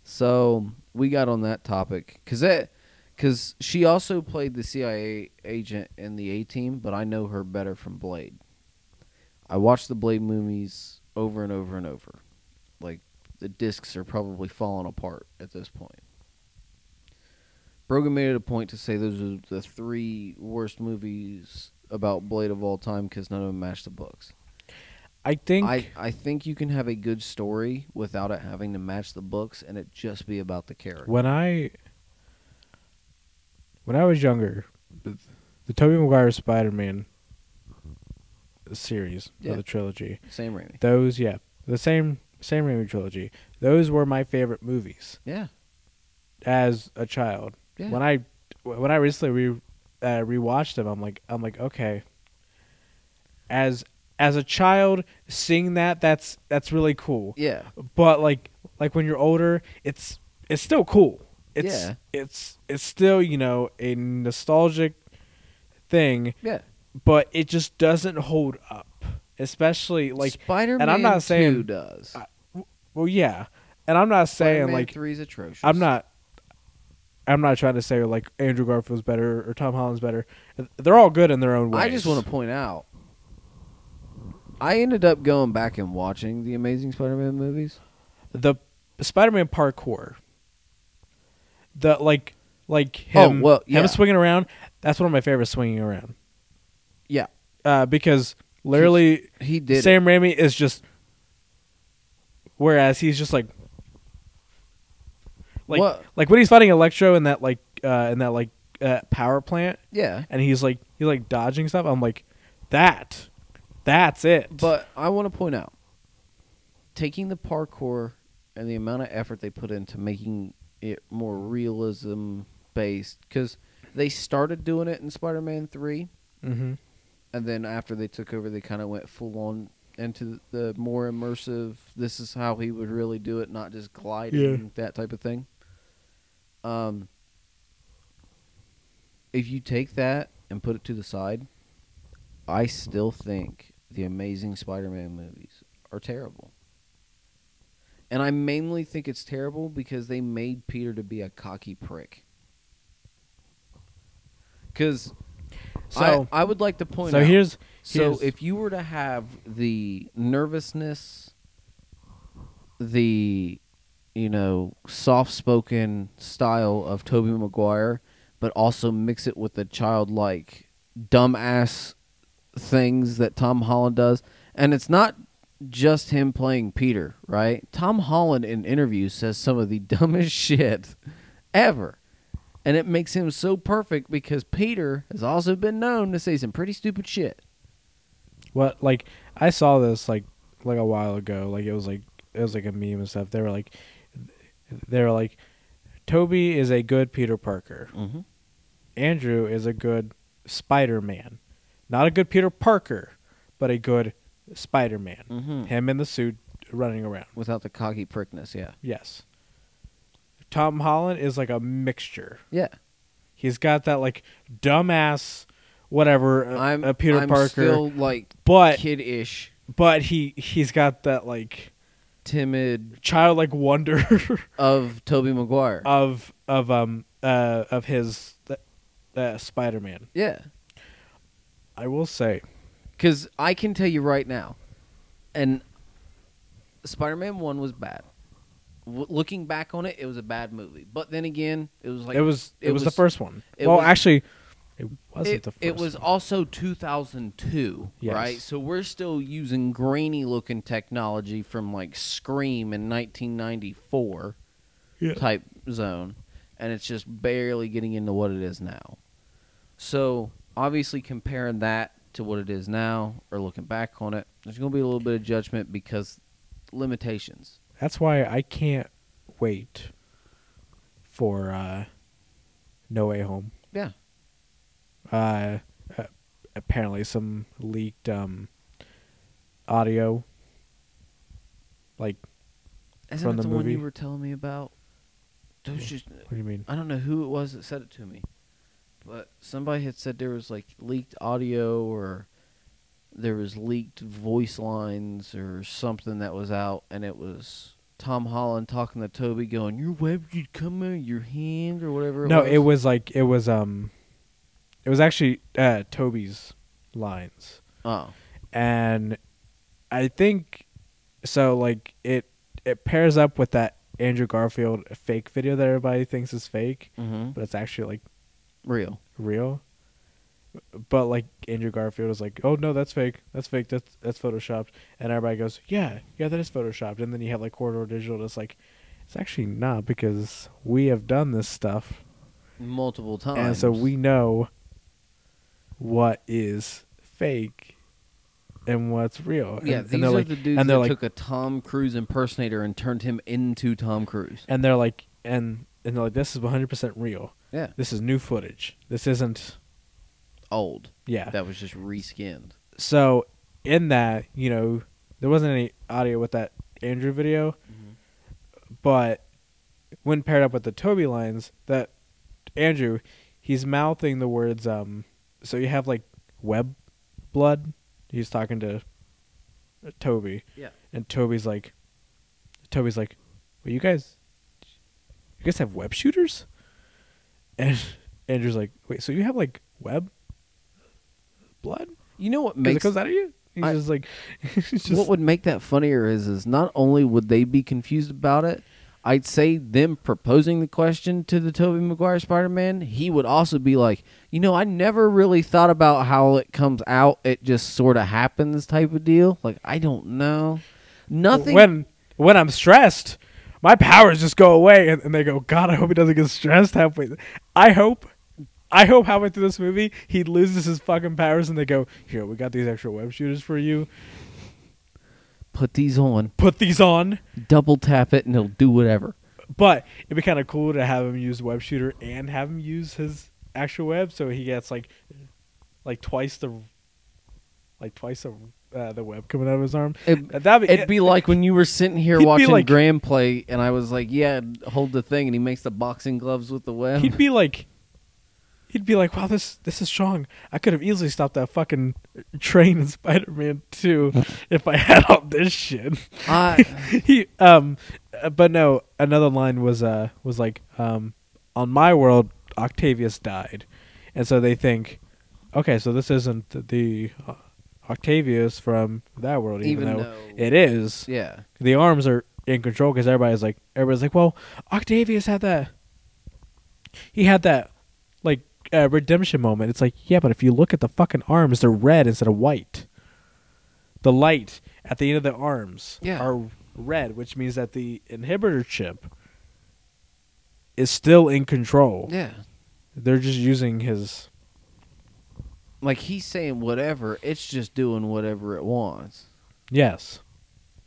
Speaker 2: So we got on that topic because that because she also played the CIA agent in the A Team, but I know her better from Blade. I watched the Blade movies over and over and over. Like the discs are probably falling apart at this point. Brogan made it a point to say those are the three worst movies about Blade of all time because none of them match the books.
Speaker 1: I think
Speaker 2: I, I think you can have a good story without it having to match the books and it just be about the character.
Speaker 1: when I when I was younger, the, the Tobey Maguire Spider-Man series
Speaker 2: Yeah.
Speaker 1: or the trilogy,
Speaker 2: Sam Raimi.
Speaker 1: those yeah, the same same Raimi trilogy. Those were my favorite movies
Speaker 2: Yeah.
Speaker 1: as a child.
Speaker 2: Yeah.
Speaker 1: When I when I recently re uh, rewatched them, I'm like I'm like okay. As as a child seeing that that's that's really cool.
Speaker 2: Yeah.
Speaker 1: But like like when you're older, it's it's still cool. It's
Speaker 2: Yeah.
Speaker 1: it's it's still, you know, a nostalgic thing,
Speaker 2: Yeah.
Speaker 1: but it just doesn't hold up. Especially like
Speaker 2: Spider-Man
Speaker 1: and I'm not
Speaker 2: 2
Speaker 1: saying-
Speaker 2: does.
Speaker 1: I- well yeah. And I'm not saying
Speaker 2: Spider-Man
Speaker 1: like
Speaker 2: 3 is atrocious.
Speaker 1: I'm not. I'm not trying to say like Andrew Garfield's better or Tom Holland's better. They're all good in their own way.
Speaker 2: I just want to point out I ended up going back and watching the Amazing Spider-Man movies.
Speaker 1: the Spider-Man parkour. The like like him
Speaker 2: Oh, well, yeah.
Speaker 1: him swinging around. That's one of my favorites swinging around.
Speaker 2: Yeah.
Speaker 1: Uh, because literally
Speaker 2: He did. it.
Speaker 1: Sam Raimi is just whereas he's just like like
Speaker 2: What-
Speaker 1: like when he's fighting Electro in that like uh in that like uh, power plant
Speaker 2: Yeah.
Speaker 1: and he's like he's like dodging stuff. I'm like, that, that's it.
Speaker 2: But I want to point out taking the parkour and the amount of effort they put into making it more realism based because they started doing it in Spider Man 3,
Speaker 1: mm-hmm.
Speaker 2: and then after they took over, they kind of went full on into the more immersive this is how he would really do it, not just gliding, that type of thing. Um, if you take that and put it to the side, I still think the Amazing Spider-Man movies are terrible. And I mainly think it's terrible because they made Peter to be a cocky prick. Because
Speaker 1: So-
Speaker 2: I, I would like to point
Speaker 1: so
Speaker 2: out.
Speaker 1: here's
Speaker 2: so
Speaker 1: here's-
Speaker 2: if you were to have the nervousness, the you know soft-spoken style of Toby Maguire, but also mix it with the childlike dumbass things that Tom Holland does. And it's not just him playing Peter, right? Tom Holland in interviews says some of the dumbest shit ever. And it makes him so perfect because Peter has also been known to say some pretty stupid shit.
Speaker 1: what like I saw this like like a while ago. Like it was like it was like a meme and stuff. They were like they were like Toby is a good Peter Parker.
Speaker 2: Mm-hmm.
Speaker 1: Andrew is a good Spider-Man. Not a good Peter Parker, but a good Spider-Man.
Speaker 2: Mhm.
Speaker 1: Him in the suit running around.
Speaker 2: Without the cocky prickness, yeah.
Speaker 1: Yes. Tom Holland is like a mixture.
Speaker 2: Yeah.
Speaker 1: He's got that like dumbass whatever uh,
Speaker 2: I'm
Speaker 1: uh, Peter
Speaker 2: I'm
Speaker 1: Parker,
Speaker 2: still like
Speaker 1: but
Speaker 2: kid-ish,
Speaker 1: but he he's got that like
Speaker 2: timid
Speaker 1: childlike wonder
Speaker 2: of Toby Maguire.
Speaker 1: of of um uh of his uh, Spider-Man.
Speaker 2: yeah.
Speaker 1: I will say
Speaker 2: Because I can tell you right now, and Spider Man 1 was bad. W- looking back on it, it was a bad movie. But then again, it was like.
Speaker 1: it was it,
Speaker 2: it
Speaker 1: was, the
Speaker 2: was-
Speaker 1: first one.
Speaker 2: it
Speaker 1: well,
Speaker 2: was-
Speaker 1: actually it wasn't
Speaker 2: It,
Speaker 1: the first.
Speaker 2: it was
Speaker 1: one.
Speaker 2: also 2002,
Speaker 1: Yes.
Speaker 2: right? So we're still using grainy looking technology from like Scream in 1994
Speaker 1: Yeah.
Speaker 2: type zone. And it's just barely getting into what it is now. So obviously, comparing that to what it is now, or looking back on it, there's going to be a little bit of judgment because limitations.
Speaker 1: That's why I can't wait for uh No Way Home.
Speaker 2: Yeah.
Speaker 1: Uh a- apparently some leaked um audio like
Speaker 2: Isn't
Speaker 1: From
Speaker 2: that
Speaker 1: the
Speaker 2: the, one you
Speaker 1: movie?
Speaker 2: were telling me about? Those just
Speaker 1: what do you mean?
Speaker 2: I don't know who it was that said it to me, but somebody had said there was like leaked audio or there was leaked voice lines or something that was out, and it was Tom Holland talking to Toby, going, "Your web, you come out of your hand or whatever." It
Speaker 1: no,
Speaker 2: was.
Speaker 1: it was like it was um it was actually uh Toby's lines.
Speaker 2: Oh,
Speaker 1: And I think so like it it pairs up with that Andrew Garfield fake video that everybody thinks is fake,
Speaker 2: mm-hmm.
Speaker 1: but it's actually like
Speaker 2: real.
Speaker 1: real. But like Andrew Garfield was like, "Oh no, that's fake. That's fake. That's that's photoshopped." And everybody goes, "Yeah, yeah, that is photoshopped." And then you have like Corridor Digital that's like, "It's actually not because we have done this stuff,
Speaker 2: multiple times.
Speaker 1: and so we know what is fake and what's real."
Speaker 2: yeah,
Speaker 1: and,
Speaker 2: these
Speaker 1: and
Speaker 2: are
Speaker 1: they're like,
Speaker 2: the dudes
Speaker 1: and
Speaker 2: that
Speaker 1: they're like,
Speaker 2: took a Tom Cruise impersonator and turned him into Tom Cruise.
Speaker 1: and they're like, and and they're like, "This is 100 percent real.
Speaker 2: Yeah,
Speaker 1: This is new footage. This isn't."
Speaker 2: old.
Speaker 1: Yeah.
Speaker 2: That was just reskinned.
Speaker 1: so in that, you know, there wasn't any audio with that Andrew video, but when paired up with the Toby lines, that Andrew, he's mouthing the words. Um, so you have like web blood. He's talking to uh, Toby,
Speaker 2: Yeah.
Speaker 1: and Toby's like, Toby's like, well, you guys, you guys have web shooters, and Andrew's like, wait, so you have like web blood?
Speaker 2: You know what
Speaker 1: Because it
Speaker 2: makes
Speaker 1: comes out of you. He's
Speaker 2: I-
Speaker 1: just like, he's just,
Speaker 2: what would make that funnier is is not only would they be confused about it, I'd say them proposing the question to the Toby Maguire Spider Man, he would also be like, you know, I never really thought about how it comes out. It just sort of happens, type of deal. Like I don't know, nothing.
Speaker 1: when when I'm stressed, my powers just go away, and, and they go. God, I hope he doesn't get stressed halfway. th- I hope, I hope halfway through this movie he loses his fucking powers, and they go, "Here, we got these extra web shooters for you.
Speaker 2: put these on,
Speaker 1: Put these on."
Speaker 2: double tap it, and it'll do whatever.
Speaker 1: But it'd be kind of cool to have him use web shooter and have him use his actual web, so he gets like, like twice the, like twice the uh, the web coming out of his arm.
Speaker 2: It,
Speaker 1: That'd
Speaker 2: It'd be like when you were sitting here
Speaker 1: He'd be
Speaker 2: watching
Speaker 1: like-
Speaker 2: Graham play, and I was like, "Yeah, hold the thing," and he makes the boxing gloves with the web.
Speaker 1: he'd be like he'd be like wow this this is strong i could have easily stopped that fucking train in spider-man 2 if i had all this shit
Speaker 2: I,
Speaker 1: he um uh, but no another line was uh was like um on my world octavius died and so they think okay so this isn't the uh, octavius from that world even,
Speaker 2: Even
Speaker 1: though,
Speaker 2: though-
Speaker 1: it is
Speaker 2: yeah,
Speaker 1: the arms are in control because everybody's like everybody's like well octavius had that he had that like uh, redemption moment it's like yeah but if you look at the fucking arms they're red instead of white the light at the end of the arms
Speaker 2: Yeah.
Speaker 1: are red which means that the inhibitor chip is still in control
Speaker 2: yeah.
Speaker 1: they're just using his
Speaker 2: like he's saying whatever it's just doing whatever it wants
Speaker 1: yes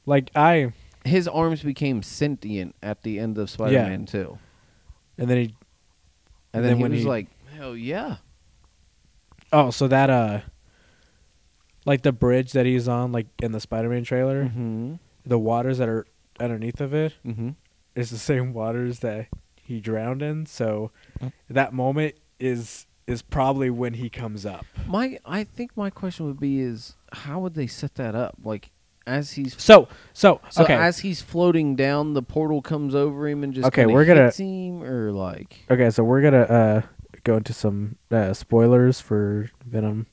Speaker 1: like i
Speaker 2: his arms became sentient at the end of spider-man 2 and,
Speaker 1: and then he
Speaker 2: then, he was like hell yeah
Speaker 1: Oh, so that uh like the bridge that he's on like in the Spider-Man trailer,
Speaker 2: mm-hmm.
Speaker 1: the waters that are underneath of it
Speaker 2: Mm-hmm.
Speaker 1: is the same waters that he drowned in, so that moment is is probably when he comes up.
Speaker 2: my i think my question would be is how would they set that up like as he's
Speaker 1: So, so,
Speaker 2: so
Speaker 1: okay.
Speaker 2: as he's floating down the portal comes over him and just
Speaker 1: Okay,
Speaker 2: kinda
Speaker 1: we're gonna-
Speaker 2: hits him or like
Speaker 1: okay, so we're going to uh go into some uh spoilers for Venom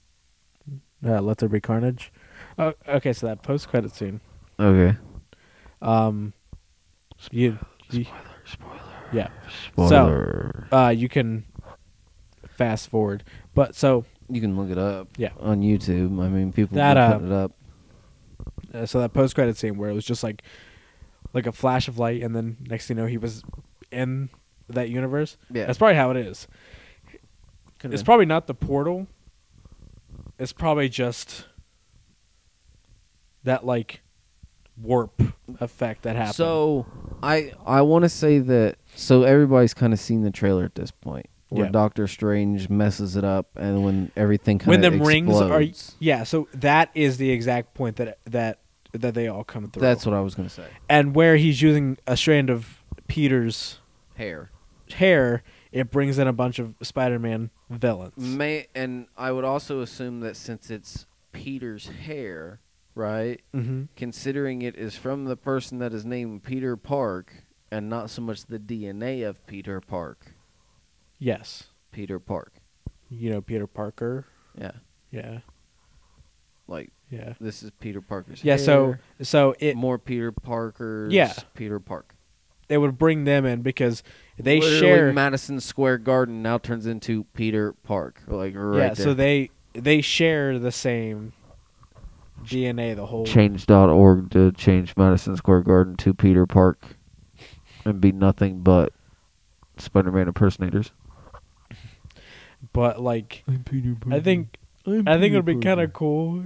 Speaker 1: uh, Let There Be Carnage. Oh, okay, so that post-credit scene.
Speaker 2: okay
Speaker 1: Um you, you
Speaker 2: spoiler
Speaker 1: yeah. Spoiler. uh, you can fast forward. But so
Speaker 2: you can look it up
Speaker 1: Yeah.
Speaker 2: on youtube i mean people
Speaker 1: That,
Speaker 2: can
Speaker 1: uh,
Speaker 2: put it up
Speaker 1: uh, so that post credit scene where it was just like like a flash of light, and then next thing you know, he was in that universe.
Speaker 2: Yeah.
Speaker 1: that's probably how it is.
Speaker 2: Could've
Speaker 1: It's
Speaker 2: been.
Speaker 1: probably not the portal. It's probably just that like warp effect that happened.
Speaker 2: So I I want to say that so everybody's kind of seen the trailer at this point where
Speaker 1: Yeah.
Speaker 2: Doctor Strange messes it up and when everything kind
Speaker 1: when
Speaker 2: of
Speaker 1: them rings are yeah, so that is the exact point that that that they all come through.
Speaker 2: that's what I was gonna say
Speaker 1: and where he's using a strand of Peter's
Speaker 2: hair
Speaker 1: hair, it brings in a bunch of Spider-Man villains.
Speaker 2: may and I would also assume that since it's Peter's hair right
Speaker 1: hmm
Speaker 2: considering it is from the person that is named Peter Park and not so much the DNA of Peter Park
Speaker 1: Yes,
Speaker 2: Peter Park
Speaker 1: you know Peter Parker.
Speaker 2: yeah
Speaker 1: Yeah,
Speaker 2: like
Speaker 1: yeah,
Speaker 2: this is Peter Parker's
Speaker 1: yeah.
Speaker 2: hair.
Speaker 1: So, so it
Speaker 2: more Peter Parker's
Speaker 1: Yeah.
Speaker 2: Peter Park.
Speaker 1: they would bring them in because they
Speaker 2: Literally,
Speaker 1: share.
Speaker 2: Madison Square Garden now turns into Peter Park. Like right
Speaker 1: yeah, so they they share the same DNA. The whole
Speaker 2: change.org to change Madison Square Garden to Peter Park and be nothing but Spider-Man impersonators.
Speaker 1: but like
Speaker 3: I'm Peter Parker.
Speaker 1: I think I think it would be kind of cool,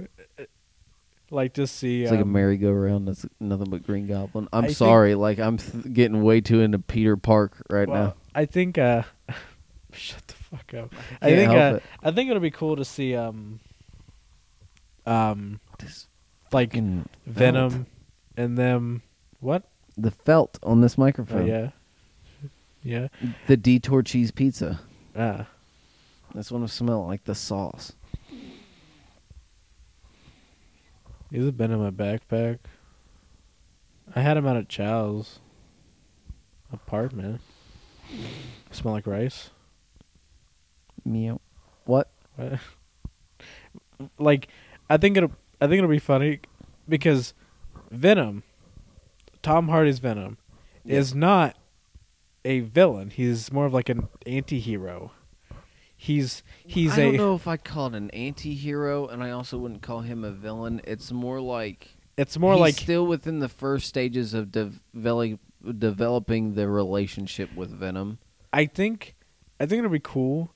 Speaker 1: like to see.
Speaker 2: It's like a
Speaker 1: um,
Speaker 2: merry-go-round that's nothing but Green Goblin. I'm
Speaker 1: I think-
Speaker 2: sorry, like I'm th- getting way too into Peter Park right
Speaker 1: Well,
Speaker 2: now.
Speaker 1: I think uh shut the fuck up. I
Speaker 2: Can't
Speaker 1: think
Speaker 2: help
Speaker 1: uh,
Speaker 2: it.
Speaker 1: I think it'll be cool to see um um
Speaker 2: This
Speaker 1: like
Speaker 2: fucking felt.
Speaker 1: Venom and them. What?
Speaker 2: The felt on this
Speaker 1: Oh
Speaker 2: microphone.
Speaker 1: yeah, yeah.
Speaker 2: The detour cheese pizza.
Speaker 1: Ah,
Speaker 2: That's what I'm smelling like the sauce.
Speaker 1: these have been in my backpack. I had them out at Chow's apartment. Smell like rice.
Speaker 2: Meow. What?
Speaker 1: What? like I think it'll I think it'll be funny because Venom, Tom Hardy's Venom, is not a villain. He's more of like an anti-hero. He's he's
Speaker 2: I
Speaker 1: a
Speaker 2: don't know if I'd call it an anti-hero, and I also wouldn't call him a villain. It's more like
Speaker 1: it's more
Speaker 2: he's
Speaker 1: like
Speaker 2: still within the first stages of develop, developing the relationship with Venom.
Speaker 1: I think I think it'll be cool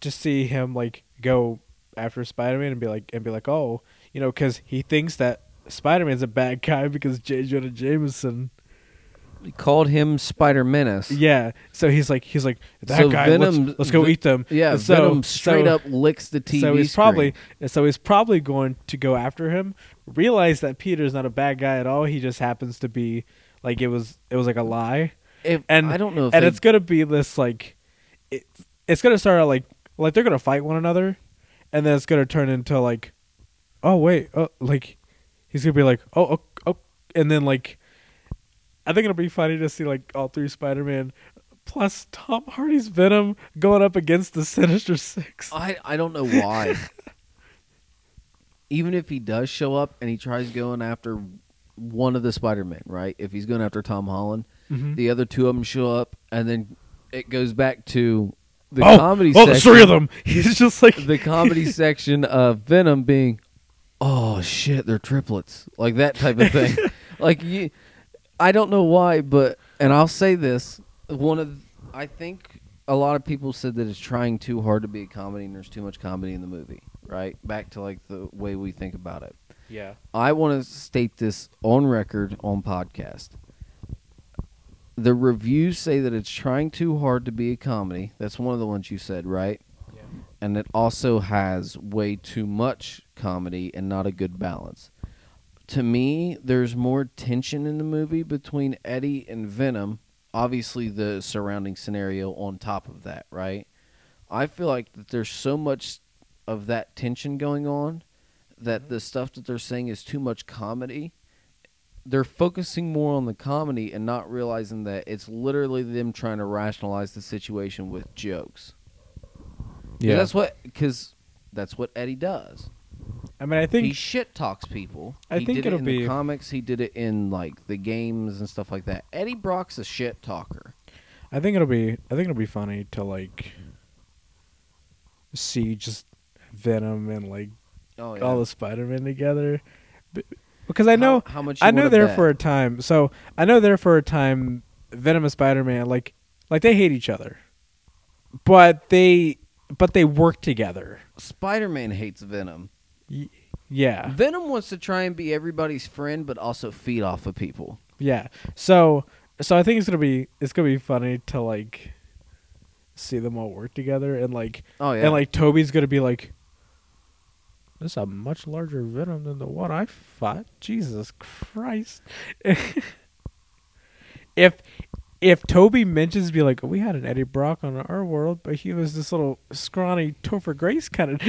Speaker 1: to see him like go after Spider-Man and be like and be like, "Oh, you know, cuz he thinks that Spider-Man's a bad guy because J. Jonah Jameson
Speaker 2: He called him Spider Menace.
Speaker 1: Yeah. So he's like, he's like that
Speaker 2: So
Speaker 1: guy. let's-
Speaker 2: Venom-
Speaker 1: let's, go
Speaker 2: Ve-
Speaker 1: eat them.
Speaker 2: Yeah,
Speaker 1: And so,
Speaker 2: Venom straight
Speaker 1: so-
Speaker 2: up licks the TV.
Speaker 1: So he's
Speaker 2: screen.
Speaker 1: probably, and so he's probably going to go after him. Realize that Peter's not a bad guy at all. He just happens to be like it was. It was like a lie,
Speaker 2: If,
Speaker 1: and
Speaker 2: I don't know. If
Speaker 1: and
Speaker 2: they-
Speaker 1: it's gonna be this like, it, it's gonna start out like like they're gonna fight one another, and then it's gonna turn into like, oh wait, oh like, he's gonna be like, oh oh, oh and then like, I think it'll be funny to see like all three Spider Man. Plus, Tom Hardy's Venom going up against the Sinister Six.
Speaker 2: I I don't know why. Even if he does show up and he tries going after one of the Spider Men, right? If he's going after Tom Holland,
Speaker 1: Mhm.
Speaker 2: the other two of them show up, and then it goes back to the
Speaker 1: oh,
Speaker 2: comedy.
Speaker 1: oh,
Speaker 2: section,
Speaker 1: there's three of them. He's just like
Speaker 2: The comedy section of Venom being, oh shit, they're triplets, like that type of thing. like you, I don't know why, but and I'll say this: one of I think a lot of people said that it's trying too hard to be a comedy, and there's too much comedy in the movie. Right back to like the way we think about it.
Speaker 1: yeah,
Speaker 2: I want to state this on record on podcast. The reviews say that it's trying too hard to be a comedy. That's one of the ones you said, right?
Speaker 1: yeah,
Speaker 2: And it also has way too much comedy and not a good balance. To me, there's more tension in the movie between Eddie and Venom. Obviously, the surrounding scenario on top of that, right? I feel like that there's so much of that tension going on that the stuff that they're saying is too much comedy. They're focusing more on the comedy and not realizing that it's literally them trying to rationalize the situation with jokes. Yeah, that's what because that's what Eddie does.
Speaker 1: I mean, I
Speaker 2: he
Speaker 1: think
Speaker 2: shit talks people.
Speaker 1: I
Speaker 2: he
Speaker 1: think
Speaker 2: did
Speaker 1: it'll
Speaker 2: it in
Speaker 1: be-
Speaker 2: the comics. He did it in like the games and stuff like that. Eddie Brock's a shit talker.
Speaker 1: I think it'll be I think it'll be funny to like see just Venom and like
Speaker 2: Oh yeah.
Speaker 1: all the Spider Men together, B- because I know
Speaker 2: how, how much you
Speaker 1: I know
Speaker 2: wanna
Speaker 1: there
Speaker 2: bet.
Speaker 1: for a time. So I know there for a time Venom and Spider Man like like they hate each other, but they but they work together.
Speaker 2: Spider-Man hates Venom.
Speaker 1: Y- yeah,
Speaker 2: Venom wants to try and be everybody's friend, but also feed off of people.
Speaker 1: yeah. So so I think it's gonna be it's gonna be funny to like see them all work together and like
Speaker 2: Oh yeah.
Speaker 1: And like Toby's gonna be like, "This is a much larger venom than the one I fought." Jesus Christ! if if Toby mentions be like, "We had an Eddie Brock on our world, but he was this little scrawny Topher Grace kind of."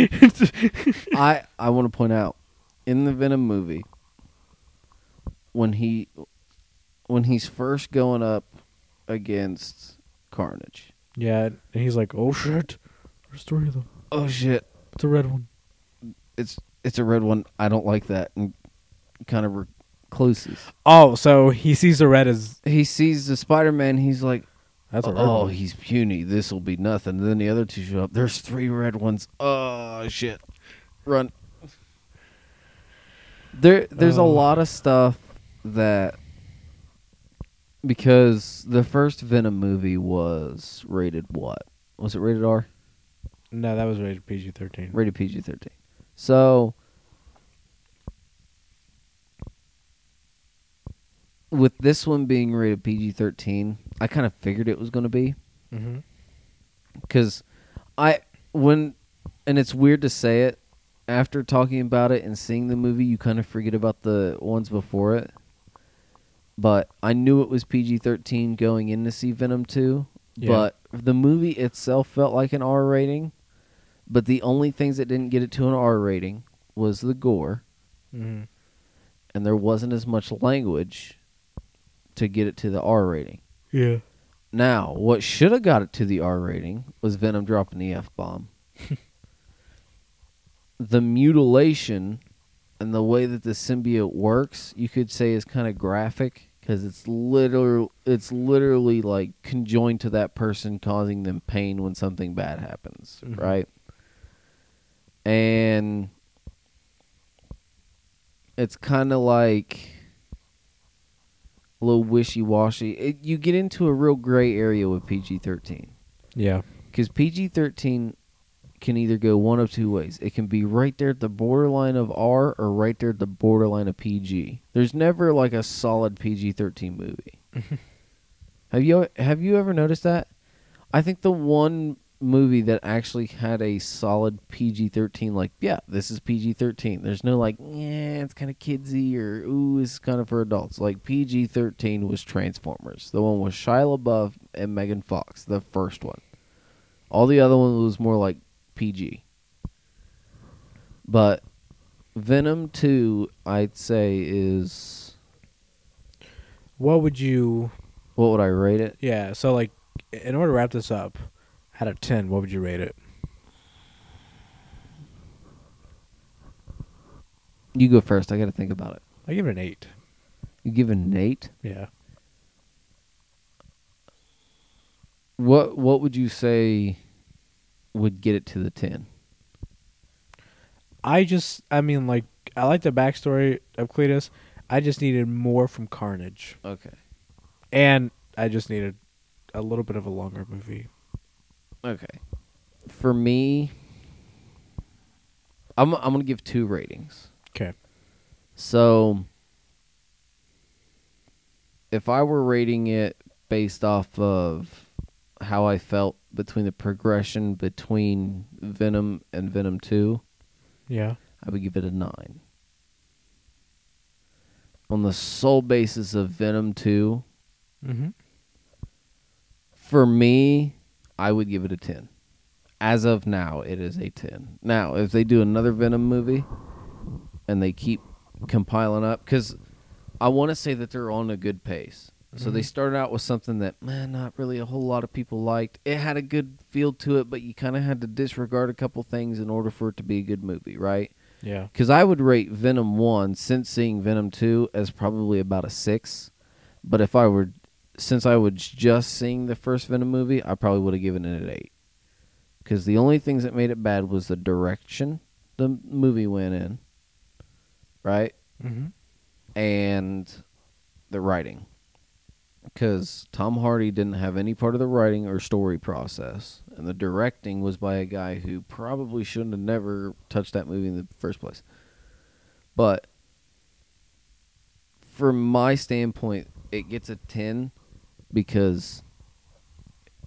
Speaker 2: I I want to point out in the Venom movie when he when he's first going up against Carnage.
Speaker 1: yeah, and he's like, "Oh shit, there's three of them.
Speaker 2: Oh shit!
Speaker 1: It's a red one."
Speaker 2: It's it's a red one. I don't like that and kind of recluses.
Speaker 1: Oh, so he sees the red as
Speaker 2: He sees the Spider Man. He's like,
Speaker 1: that's a red
Speaker 2: oh,
Speaker 1: one.
Speaker 2: he's puny. This will be nothing. then the other two show up. There's three red ones. Oh shit! Run. There, there's
Speaker 1: Oh.
Speaker 2: a lot of stuff that because the first Venom movie was rated what? Was it rated R?
Speaker 1: no, that was rated PG thirteen.
Speaker 2: Rated PG thirteen. So with this one being rated PG thirteen, I kind of figured it was going to be
Speaker 1: Mm-hmm.
Speaker 2: because I when and it's weird to say it after talking about it and seeing the movie, you kind of forget about the ones before it. But I knew it was PG 13 going in to see Venom 2.
Speaker 1: Yeah.
Speaker 2: But the movie itself felt like an R rating. But the only things that didn't get it to an R rating was the gore,
Speaker 1: Mm-hmm.
Speaker 2: and there wasn't as much language to get it to the R rating.
Speaker 1: Yeah.
Speaker 2: Now, what should have got it to the R rating was Venom dropping the F bomb. the mutilation and the way that the symbiote works, you could say, is kind of graphic because it's literal. It's literally like conjoined to that person, causing them pain when something bad happens,
Speaker 1: Mhm.
Speaker 2: right? And it's kind of like a little wishy washy. It- You get into a real gray area with PG 13
Speaker 1: Yeah.
Speaker 2: because PG 13 can either go one of two ways. It can be right there at the borderline of R or right there at the borderline of PG. There's never like a solid PG 13 movie. have you have you ever noticed that? I think the one movie that actually had a solid PG 13 like, yeah, this is PG 13. There's no like, yeah, it's kind of kidsy or ooh, it's kind of for adults. Like PG 13 was Transformers. The one with Shia LaBeouf and Megan Fox, the first one. All the other one was more like PG. But Venom 2, I'd say, is.
Speaker 1: What would you?
Speaker 2: What would I rate it?
Speaker 1: Yeah. So like, in order to wrap this up, out of ten, what would you rate it?
Speaker 2: You go first. I got to think about it.
Speaker 1: I give it an eight.
Speaker 2: You give it an eight.
Speaker 1: Yeah.
Speaker 2: What What would you say would get it to the ten?
Speaker 1: I just, I mean, like, I like the backstory of Cletus. I just needed more from Carnage,
Speaker 2: Okay.
Speaker 1: and I just needed a little bit of a longer movie.
Speaker 2: Okay. For me, I'm I'm gonna give two ratings.
Speaker 1: Okay.
Speaker 2: So, if I were rating it based off of how I felt between the progression between Venom and Venom 2,
Speaker 1: Yeah.
Speaker 2: I would give it a 9. On the sole basis of Venom 2,
Speaker 1: Mm-hmm.
Speaker 2: for me, I would give it a 10. As of now, it is a 10. Now, if they do another Venom movie and they keep compiling up, because I want to say that they're on a good pace. So they
Speaker 1: Mhm.
Speaker 2: started out with something that, man, not really a whole lot of people liked. It had a good feel to it, but you kind of had to disregard a couple things in order for it to be a good movie, right?
Speaker 1: Yeah.
Speaker 2: Because I would rate Venom 1 since seeing Venom 2 as probably about a 6. But if I were, since I was just seeing the first Venom movie, I probably would have given it an 8. Because the only things that made it bad was the direction the movie went in, right?
Speaker 1: Mm-hmm.
Speaker 2: And the writing. Because Tom Hardy didn't have any part of the writing or story process. And the directing was by a guy who probably shouldn't have never touched that movie in the first place. But from my standpoint, it gets a 10 because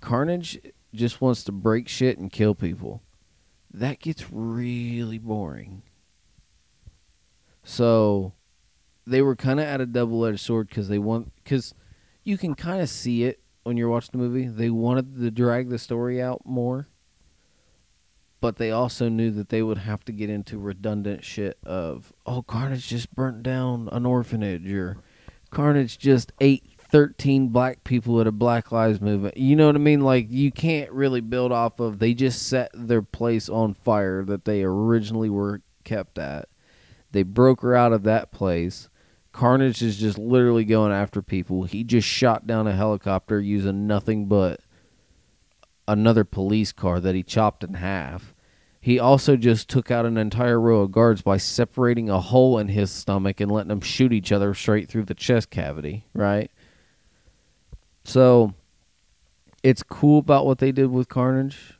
Speaker 2: Carnage just wants to break shit and kill people. That gets really boring. So they were kind of at a double edged sword because they want, because you can kind of see it when you're watching the movie. They wanted to drag the story out more. But they also knew that they would have to get into redundant shit of, oh, Carnage just burnt down an orphanage, or Carnage just ate 13 black people at a Black Lives Movement. You know what I mean? Like, you can't really build off of, they just set their place on fire that they originally were kept at. They broke her out of that place. Carnage is just literally going after people. He just shot down a helicopter using nothing but another police car that he chopped in half. He also just took out an entire row of guards by separating a hole in his stomach and letting them shoot each other straight through the chest cavity, right? So it's cool about what they did with Carnage.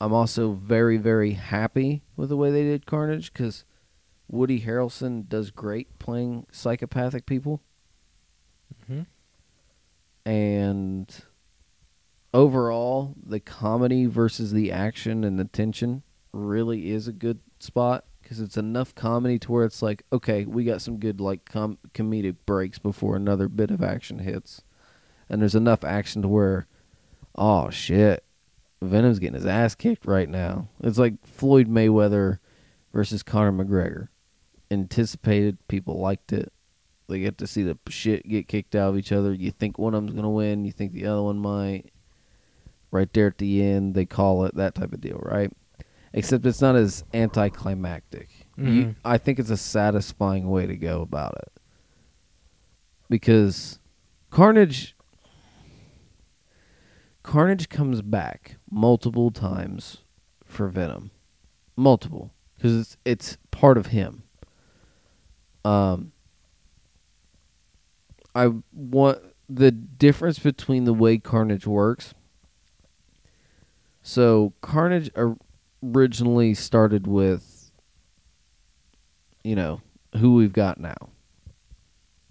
Speaker 2: I'm also very, very happy with the way they did Carnage because Woody Harrelson does great playing psychopathic people.
Speaker 1: Mhm.
Speaker 2: And overall, the comedy versus the action and the tension really is a good spot 'cause because it's enough comedy to where it's like, okay, we got some good like com- comedic breaks before another bit of action hits, and there's enough action to where, oh shit, Venom's getting his ass kicked right now. It's like Floyd Mayweather versus Conor McGregor. Anticipated, people liked it. They get to see the shit get kicked out of each other. You think one of them's gonna win, you think the other one might. Right there at the end, they call it that type of deal, right? Except it's not as anticlimactic. You,
Speaker 1: Mhm.
Speaker 2: I think it's a satisfying way to go about it because Carnage Carnage comes back multiple times for Venom, multiple because it's it's part of him. Um, I want the difference between the way Carnage works. So Carnage or- originally started with, you know, who we've got now,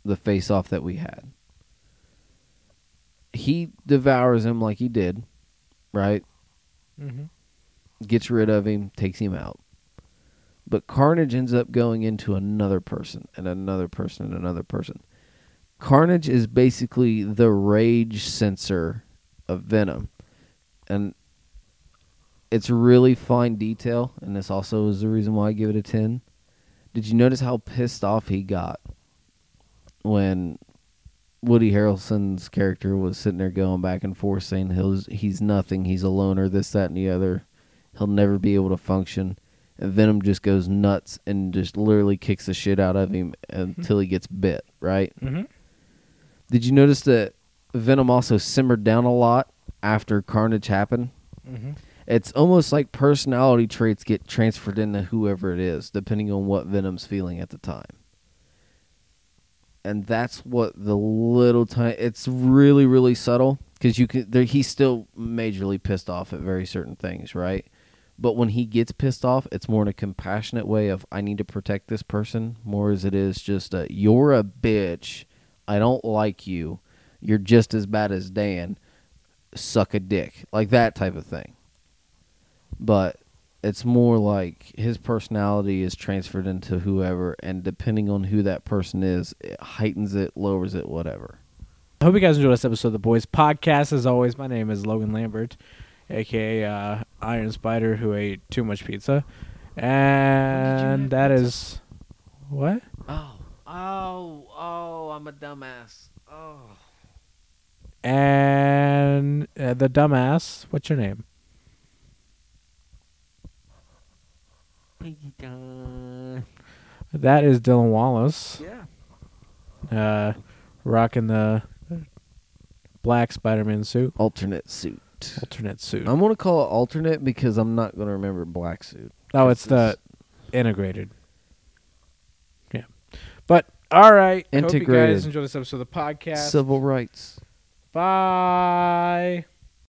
Speaker 2: the face off that we had. He devours him like he did, right?
Speaker 1: Mm-hmm.
Speaker 2: gets rid of him, takes him out. But Carnage ends up going into another person and another person and another person. Carnage is basically the rage sensor of Venom. And it's really fine detail, and this also is the reason why I give it a 10. Did you notice how pissed off he got when Woody Harrelson's character was sitting there going back and forth saying he's, he's nothing, he's a loner, this, that, and the other? he'll never be able to function. And Venom just goes nuts and just literally kicks the shit out of him until he gets bit, right?
Speaker 1: Mm-hmm.
Speaker 2: Did you notice that Venom also simmered down a lot after Carnage happened?
Speaker 1: Mm-hmm.
Speaker 2: It's almost like personality traits get transferred into whoever it is, depending on what Venom's feeling at the time. And that's what the little tiny. It's really, really subtle because you can. There, he's still majorly pissed off at very certain things, right? But when he gets pissed off, it's more in a compassionate way of I need to protect this person, more as it is just a you're a bitch. I don't like you. You're just as bad as Dan. Suck a dick. Like that type of thing. But it's more like his personality is transferred into whoever and depending on who that person is, it heightens it, lowers it, whatever.
Speaker 1: I hope you guys enjoyed this episode of the Boys Podcast. As always, my name is Logan Lambert, aka uh, Iron Spider, who ate too much pizza, and that is what.
Speaker 2: Oh. Oh, oh, I'm a dumbass. Oh.
Speaker 1: And uh, the dumbass, what's your name? That is Dylan Wallace,
Speaker 2: Yeah.
Speaker 1: uh, rocking the uh, black Spider-Man suit,
Speaker 2: Alternate suit.
Speaker 1: alternate suit.
Speaker 2: I'm gonna call it alternate because I'm not gonna remember black suit.
Speaker 1: oh, it's the integrated. Yeah, but all right. Hope you guys
Speaker 2: Integrated.
Speaker 1: enjoyed this episode of the podcast.
Speaker 2: civil rights.
Speaker 1: Bye.